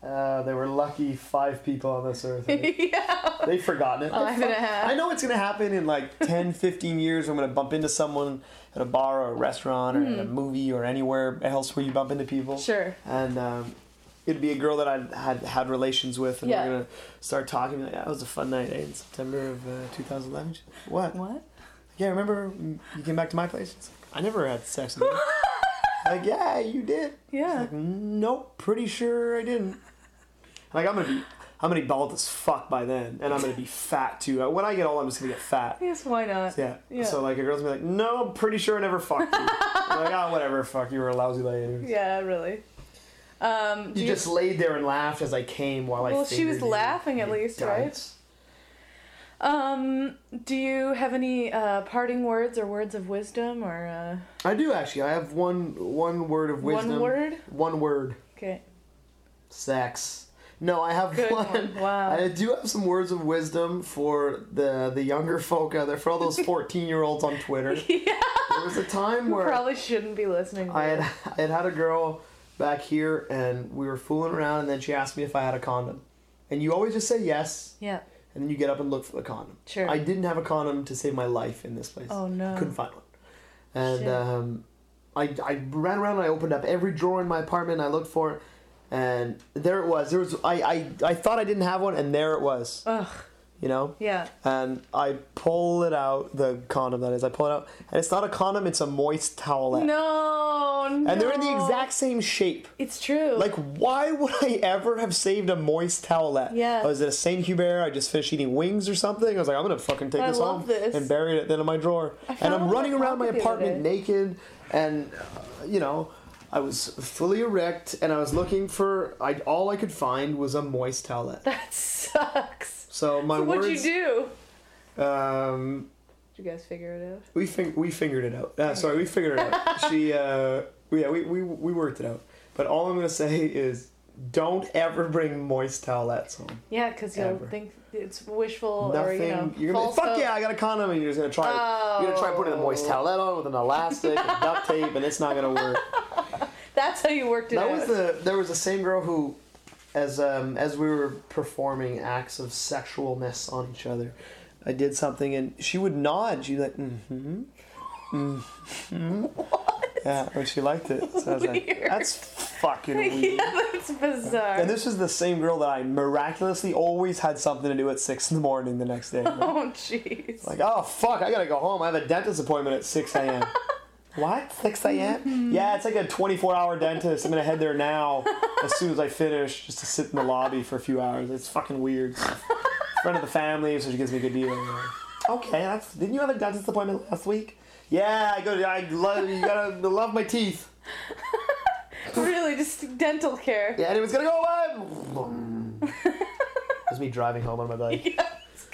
Speaker 1: Uh, they were lucky five people on this earth.
Speaker 2: yeah.
Speaker 1: They've forgotten it.
Speaker 2: Five and a half.
Speaker 1: I know it's going to happen in like 10, 15 years. I'm going to bump into someone at a bar or a restaurant or at a movie or anywhere else where you bump into people.
Speaker 2: Hmm. Sure.
Speaker 1: And um, it'd be a girl that I had had relations with, and
Speaker 2: Yeah.
Speaker 1: we're going to start talking. Like, that was a fun night eh, in September of uh, 2011. She's like, What?
Speaker 2: What?
Speaker 1: Yeah, remember when you came back to my place? It's like, I never had sex with you. like, yeah, you did.
Speaker 2: Yeah.
Speaker 1: Like, nope, pretty sure I didn't. Like I'm gonna be, I'm gonna be bald as fuck by then, and I'm gonna be fat too. Uh, When I get old, I'm just gonna get fat.
Speaker 2: Yes. Why not?
Speaker 1: Yeah.
Speaker 2: Yeah.
Speaker 1: So like a girl's gonna be like, no, I'm pretty sure I never fucked you. I'm like, oh, whatever, fuck, you were a lousy lady.
Speaker 2: Yeah, really. Um, do
Speaker 1: You just laid there and laughed as I came while I.
Speaker 2: Well, she was
Speaker 1: fingered you,
Speaker 2: laughing at
Speaker 1: you
Speaker 2: least,
Speaker 1: dunce.
Speaker 2: right? Um, do you have any uh, parting words or words of wisdom or uh,
Speaker 1: I do actually. I have one one word of wisdom.
Speaker 2: one word?
Speaker 1: One word.
Speaker 2: Okay.
Speaker 1: sex. No, I have
Speaker 2: Good
Speaker 1: one.
Speaker 2: one. Wow.
Speaker 1: I do have some words of wisdom for the the younger folk out there, for all those fourteen year olds on Twitter. There was a time where
Speaker 2: Probably shouldn't be listening. To
Speaker 1: I had
Speaker 2: this.
Speaker 1: I had had a girl back here, and we were fooling around, and then she asked me if I had a condom, and you always just say yes,
Speaker 2: Yeah.
Speaker 1: and then you get up and look for the condom.
Speaker 2: Sure.
Speaker 1: I didn't have a condom to save my life in this place.
Speaker 2: Oh, no.
Speaker 1: Couldn't find one. And
Speaker 2: Shit.
Speaker 1: um, I, I ran around and I opened up every drawer in my apartment and I looked for it. And there it was. There was I, I, I thought I didn't have one and there it was.
Speaker 2: Ugh.
Speaker 1: You know?
Speaker 2: Yeah.
Speaker 1: And I pull it out, the condom that is. I pull it out. And it's not a condom, it's a moist towelette.
Speaker 2: No.
Speaker 1: And they're in the
Speaker 2: no.
Speaker 1: exact same shape.
Speaker 2: It's true.
Speaker 1: Like, why would I ever have saved a moist towelette?
Speaker 2: Yeah.
Speaker 1: I was at oh, a St. Hubert. I just finished eating wings or something. I was like, I'm gonna fucking take
Speaker 2: I
Speaker 1: this
Speaker 2: love
Speaker 1: home
Speaker 2: this.
Speaker 1: and bury it then in my drawer. And
Speaker 2: found
Speaker 1: I'm
Speaker 2: one
Speaker 1: running
Speaker 2: in my
Speaker 1: around my
Speaker 2: pocket the other
Speaker 1: apartment naked, and uh, you know, I was fully erect, and I was looking for. I all I could find was a moist towelette.
Speaker 2: that sucks.
Speaker 1: So my
Speaker 2: So what'd
Speaker 1: words.
Speaker 2: you do?
Speaker 1: Um,
Speaker 2: Did you guys figure it out?
Speaker 1: we fing- we figured it out. Uh, sorry, we figured it out. she uh, yeah, we, we we worked it out. But all I'm gonna say is, don't ever bring moist towelettes home.
Speaker 2: Yeah, because you'll
Speaker 1: Ever.
Speaker 2: think it's wishful or
Speaker 1: Nothing.
Speaker 2: you know.
Speaker 1: are gonna be,
Speaker 2: false
Speaker 1: fuck
Speaker 2: hope.
Speaker 1: yeah, I got a condom, and you're just gonna try. You're gonna try putting a moist
Speaker 2: Oh.
Speaker 1: towelette on with an elastic and duct tape, and it's not gonna work.
Speaker 2: That's how you worked it
Speaker 1: that
Speaker 2: out.
Speaker 1: was the there was the same girl who as um as we were performing acts of sexualness on each other i did something and she would nod she'd be like mm-hmm mm-hmm yeah and she liked it so i was like
Speaker 2: Weird.
Speaker 1: that's fucking weird
Speaker 2: yeah, that's bizarre.
Speaker 1: and this is the same girl that i miraculously always had something to do at six in the morning the next day
Speaker 2: oh jeez.
Speaker 1: like, oh fuck, I gotta go home. I have a dentist appointment at six a.m. what? Six a.m. Yeah, it's like a twenty-four hour dentist. I'm gonna head there now as soon as I finish, just to sit in the lobby for a few hours. It's fucking weird. Friend of the family, so she gives me a good deal. I'm like, okay, that's. Didn't you have a dentist appointment last week? Yeah, I go. To, I love. You gotta love my teeth.
Speaker 2: really, just dental care.
Speaker 1: Yeah, and it was gonna go away. it was me driving home on my bike.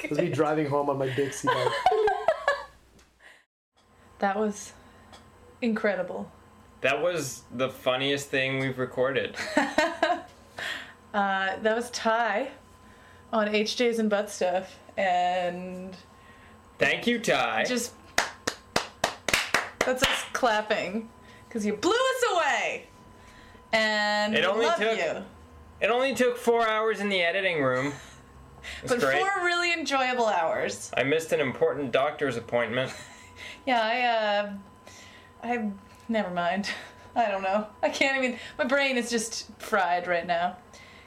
Speaker 1: It was me driving home on my Dixie bike.
Speaker 2: That was incredible.
Speaker 6: That was the funniest thing we've recorded.
Speaker 2: Uh, that was Ty on HJs and Butt Stuff. And
Speaker 6: Thank you, Ty.
Speaker 2: just. That's us clapping. Because you blew us away! And
Speaker 6: It
Speaker 2: we
Speaker 6: only
Speaker 2: love
Speaker 6: took-
Speaker 2: you.
Speaker 6: It only took four hours in the editing room. It was
Speaker 2: But
Speaker 6: great.
Speaker 2: four really enjoyable hours.
Speaker 6: I missed an important doctor's appointment.
Speaker 2: Yeah, I, uh. I. Never mind. I don't know. I can't even. My brain is just fried right now.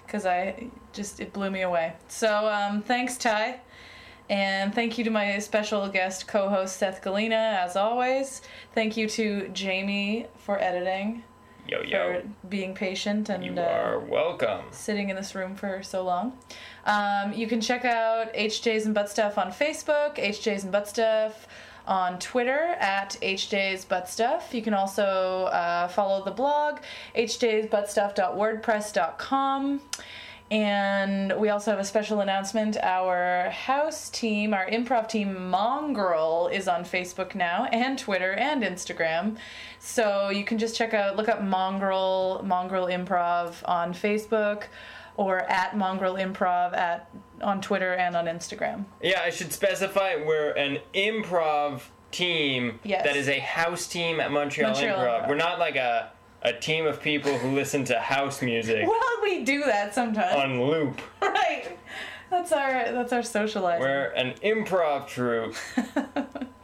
Speaker 2: Because I just. It blew me away. So, um, thanks, Ty. And thank you to my special guest co host, Seth Galena, as always. Thank you to Jamie for editing.
Speaker 6: Yo,
Speaker 2: for
Speaker 6: yo.
Speaker 2: being patient and
Speaker 6: You
Speaker 2: uh,
Speaker 6: are welcome.
Speaker 2: sitting in this room for so long. Um, you can check out HJs and Butt Stuff on Facebook, HJs and Butt Stuff on Twitter at HJs Butt Stuff. You can also uh, follow the blog, hjsbuttstuff.wordpress.com. And we also have a special announcement. Our house team, our improv team, Mongrel, is on Facebook now and Twitter and Instagram. So you can just check out, look up Mongrel, Mongrel Improv on Facebook or at Mongrel Improv at on Twitter and on Instagram.
Speaker 6: Yeah, I should specify we're an improv team
Speaker 2: Yes.
Speaker 6: that is a house team at Montreal,
Speaker 2: Montreal
Speaker 6: improv.
Speaker 2: Improv.
Speaker 6: We're not like a, a team of people who listen to house music
Speaker 2: Well, we do that sometimes.
Speaker 6: on loop.
Speaker 2: right. That's our that's our socializing.
Speaker 6: We're an improv troupe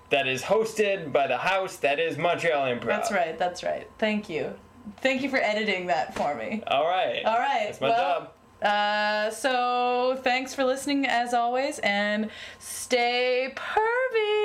Speaker 6: that is hosted by the house that is Montreal Improv.
Speaker 2: That's right. That's right. Thank you. Thank you for editing that for me.
Speaker 6: All right.
Speaker 2: All right.
Speaker 6: uh, That's my
Speaker 2: well,
Speaker 6: job.
Speaker 2: Uh, so thanks for listening as always and stay pervy.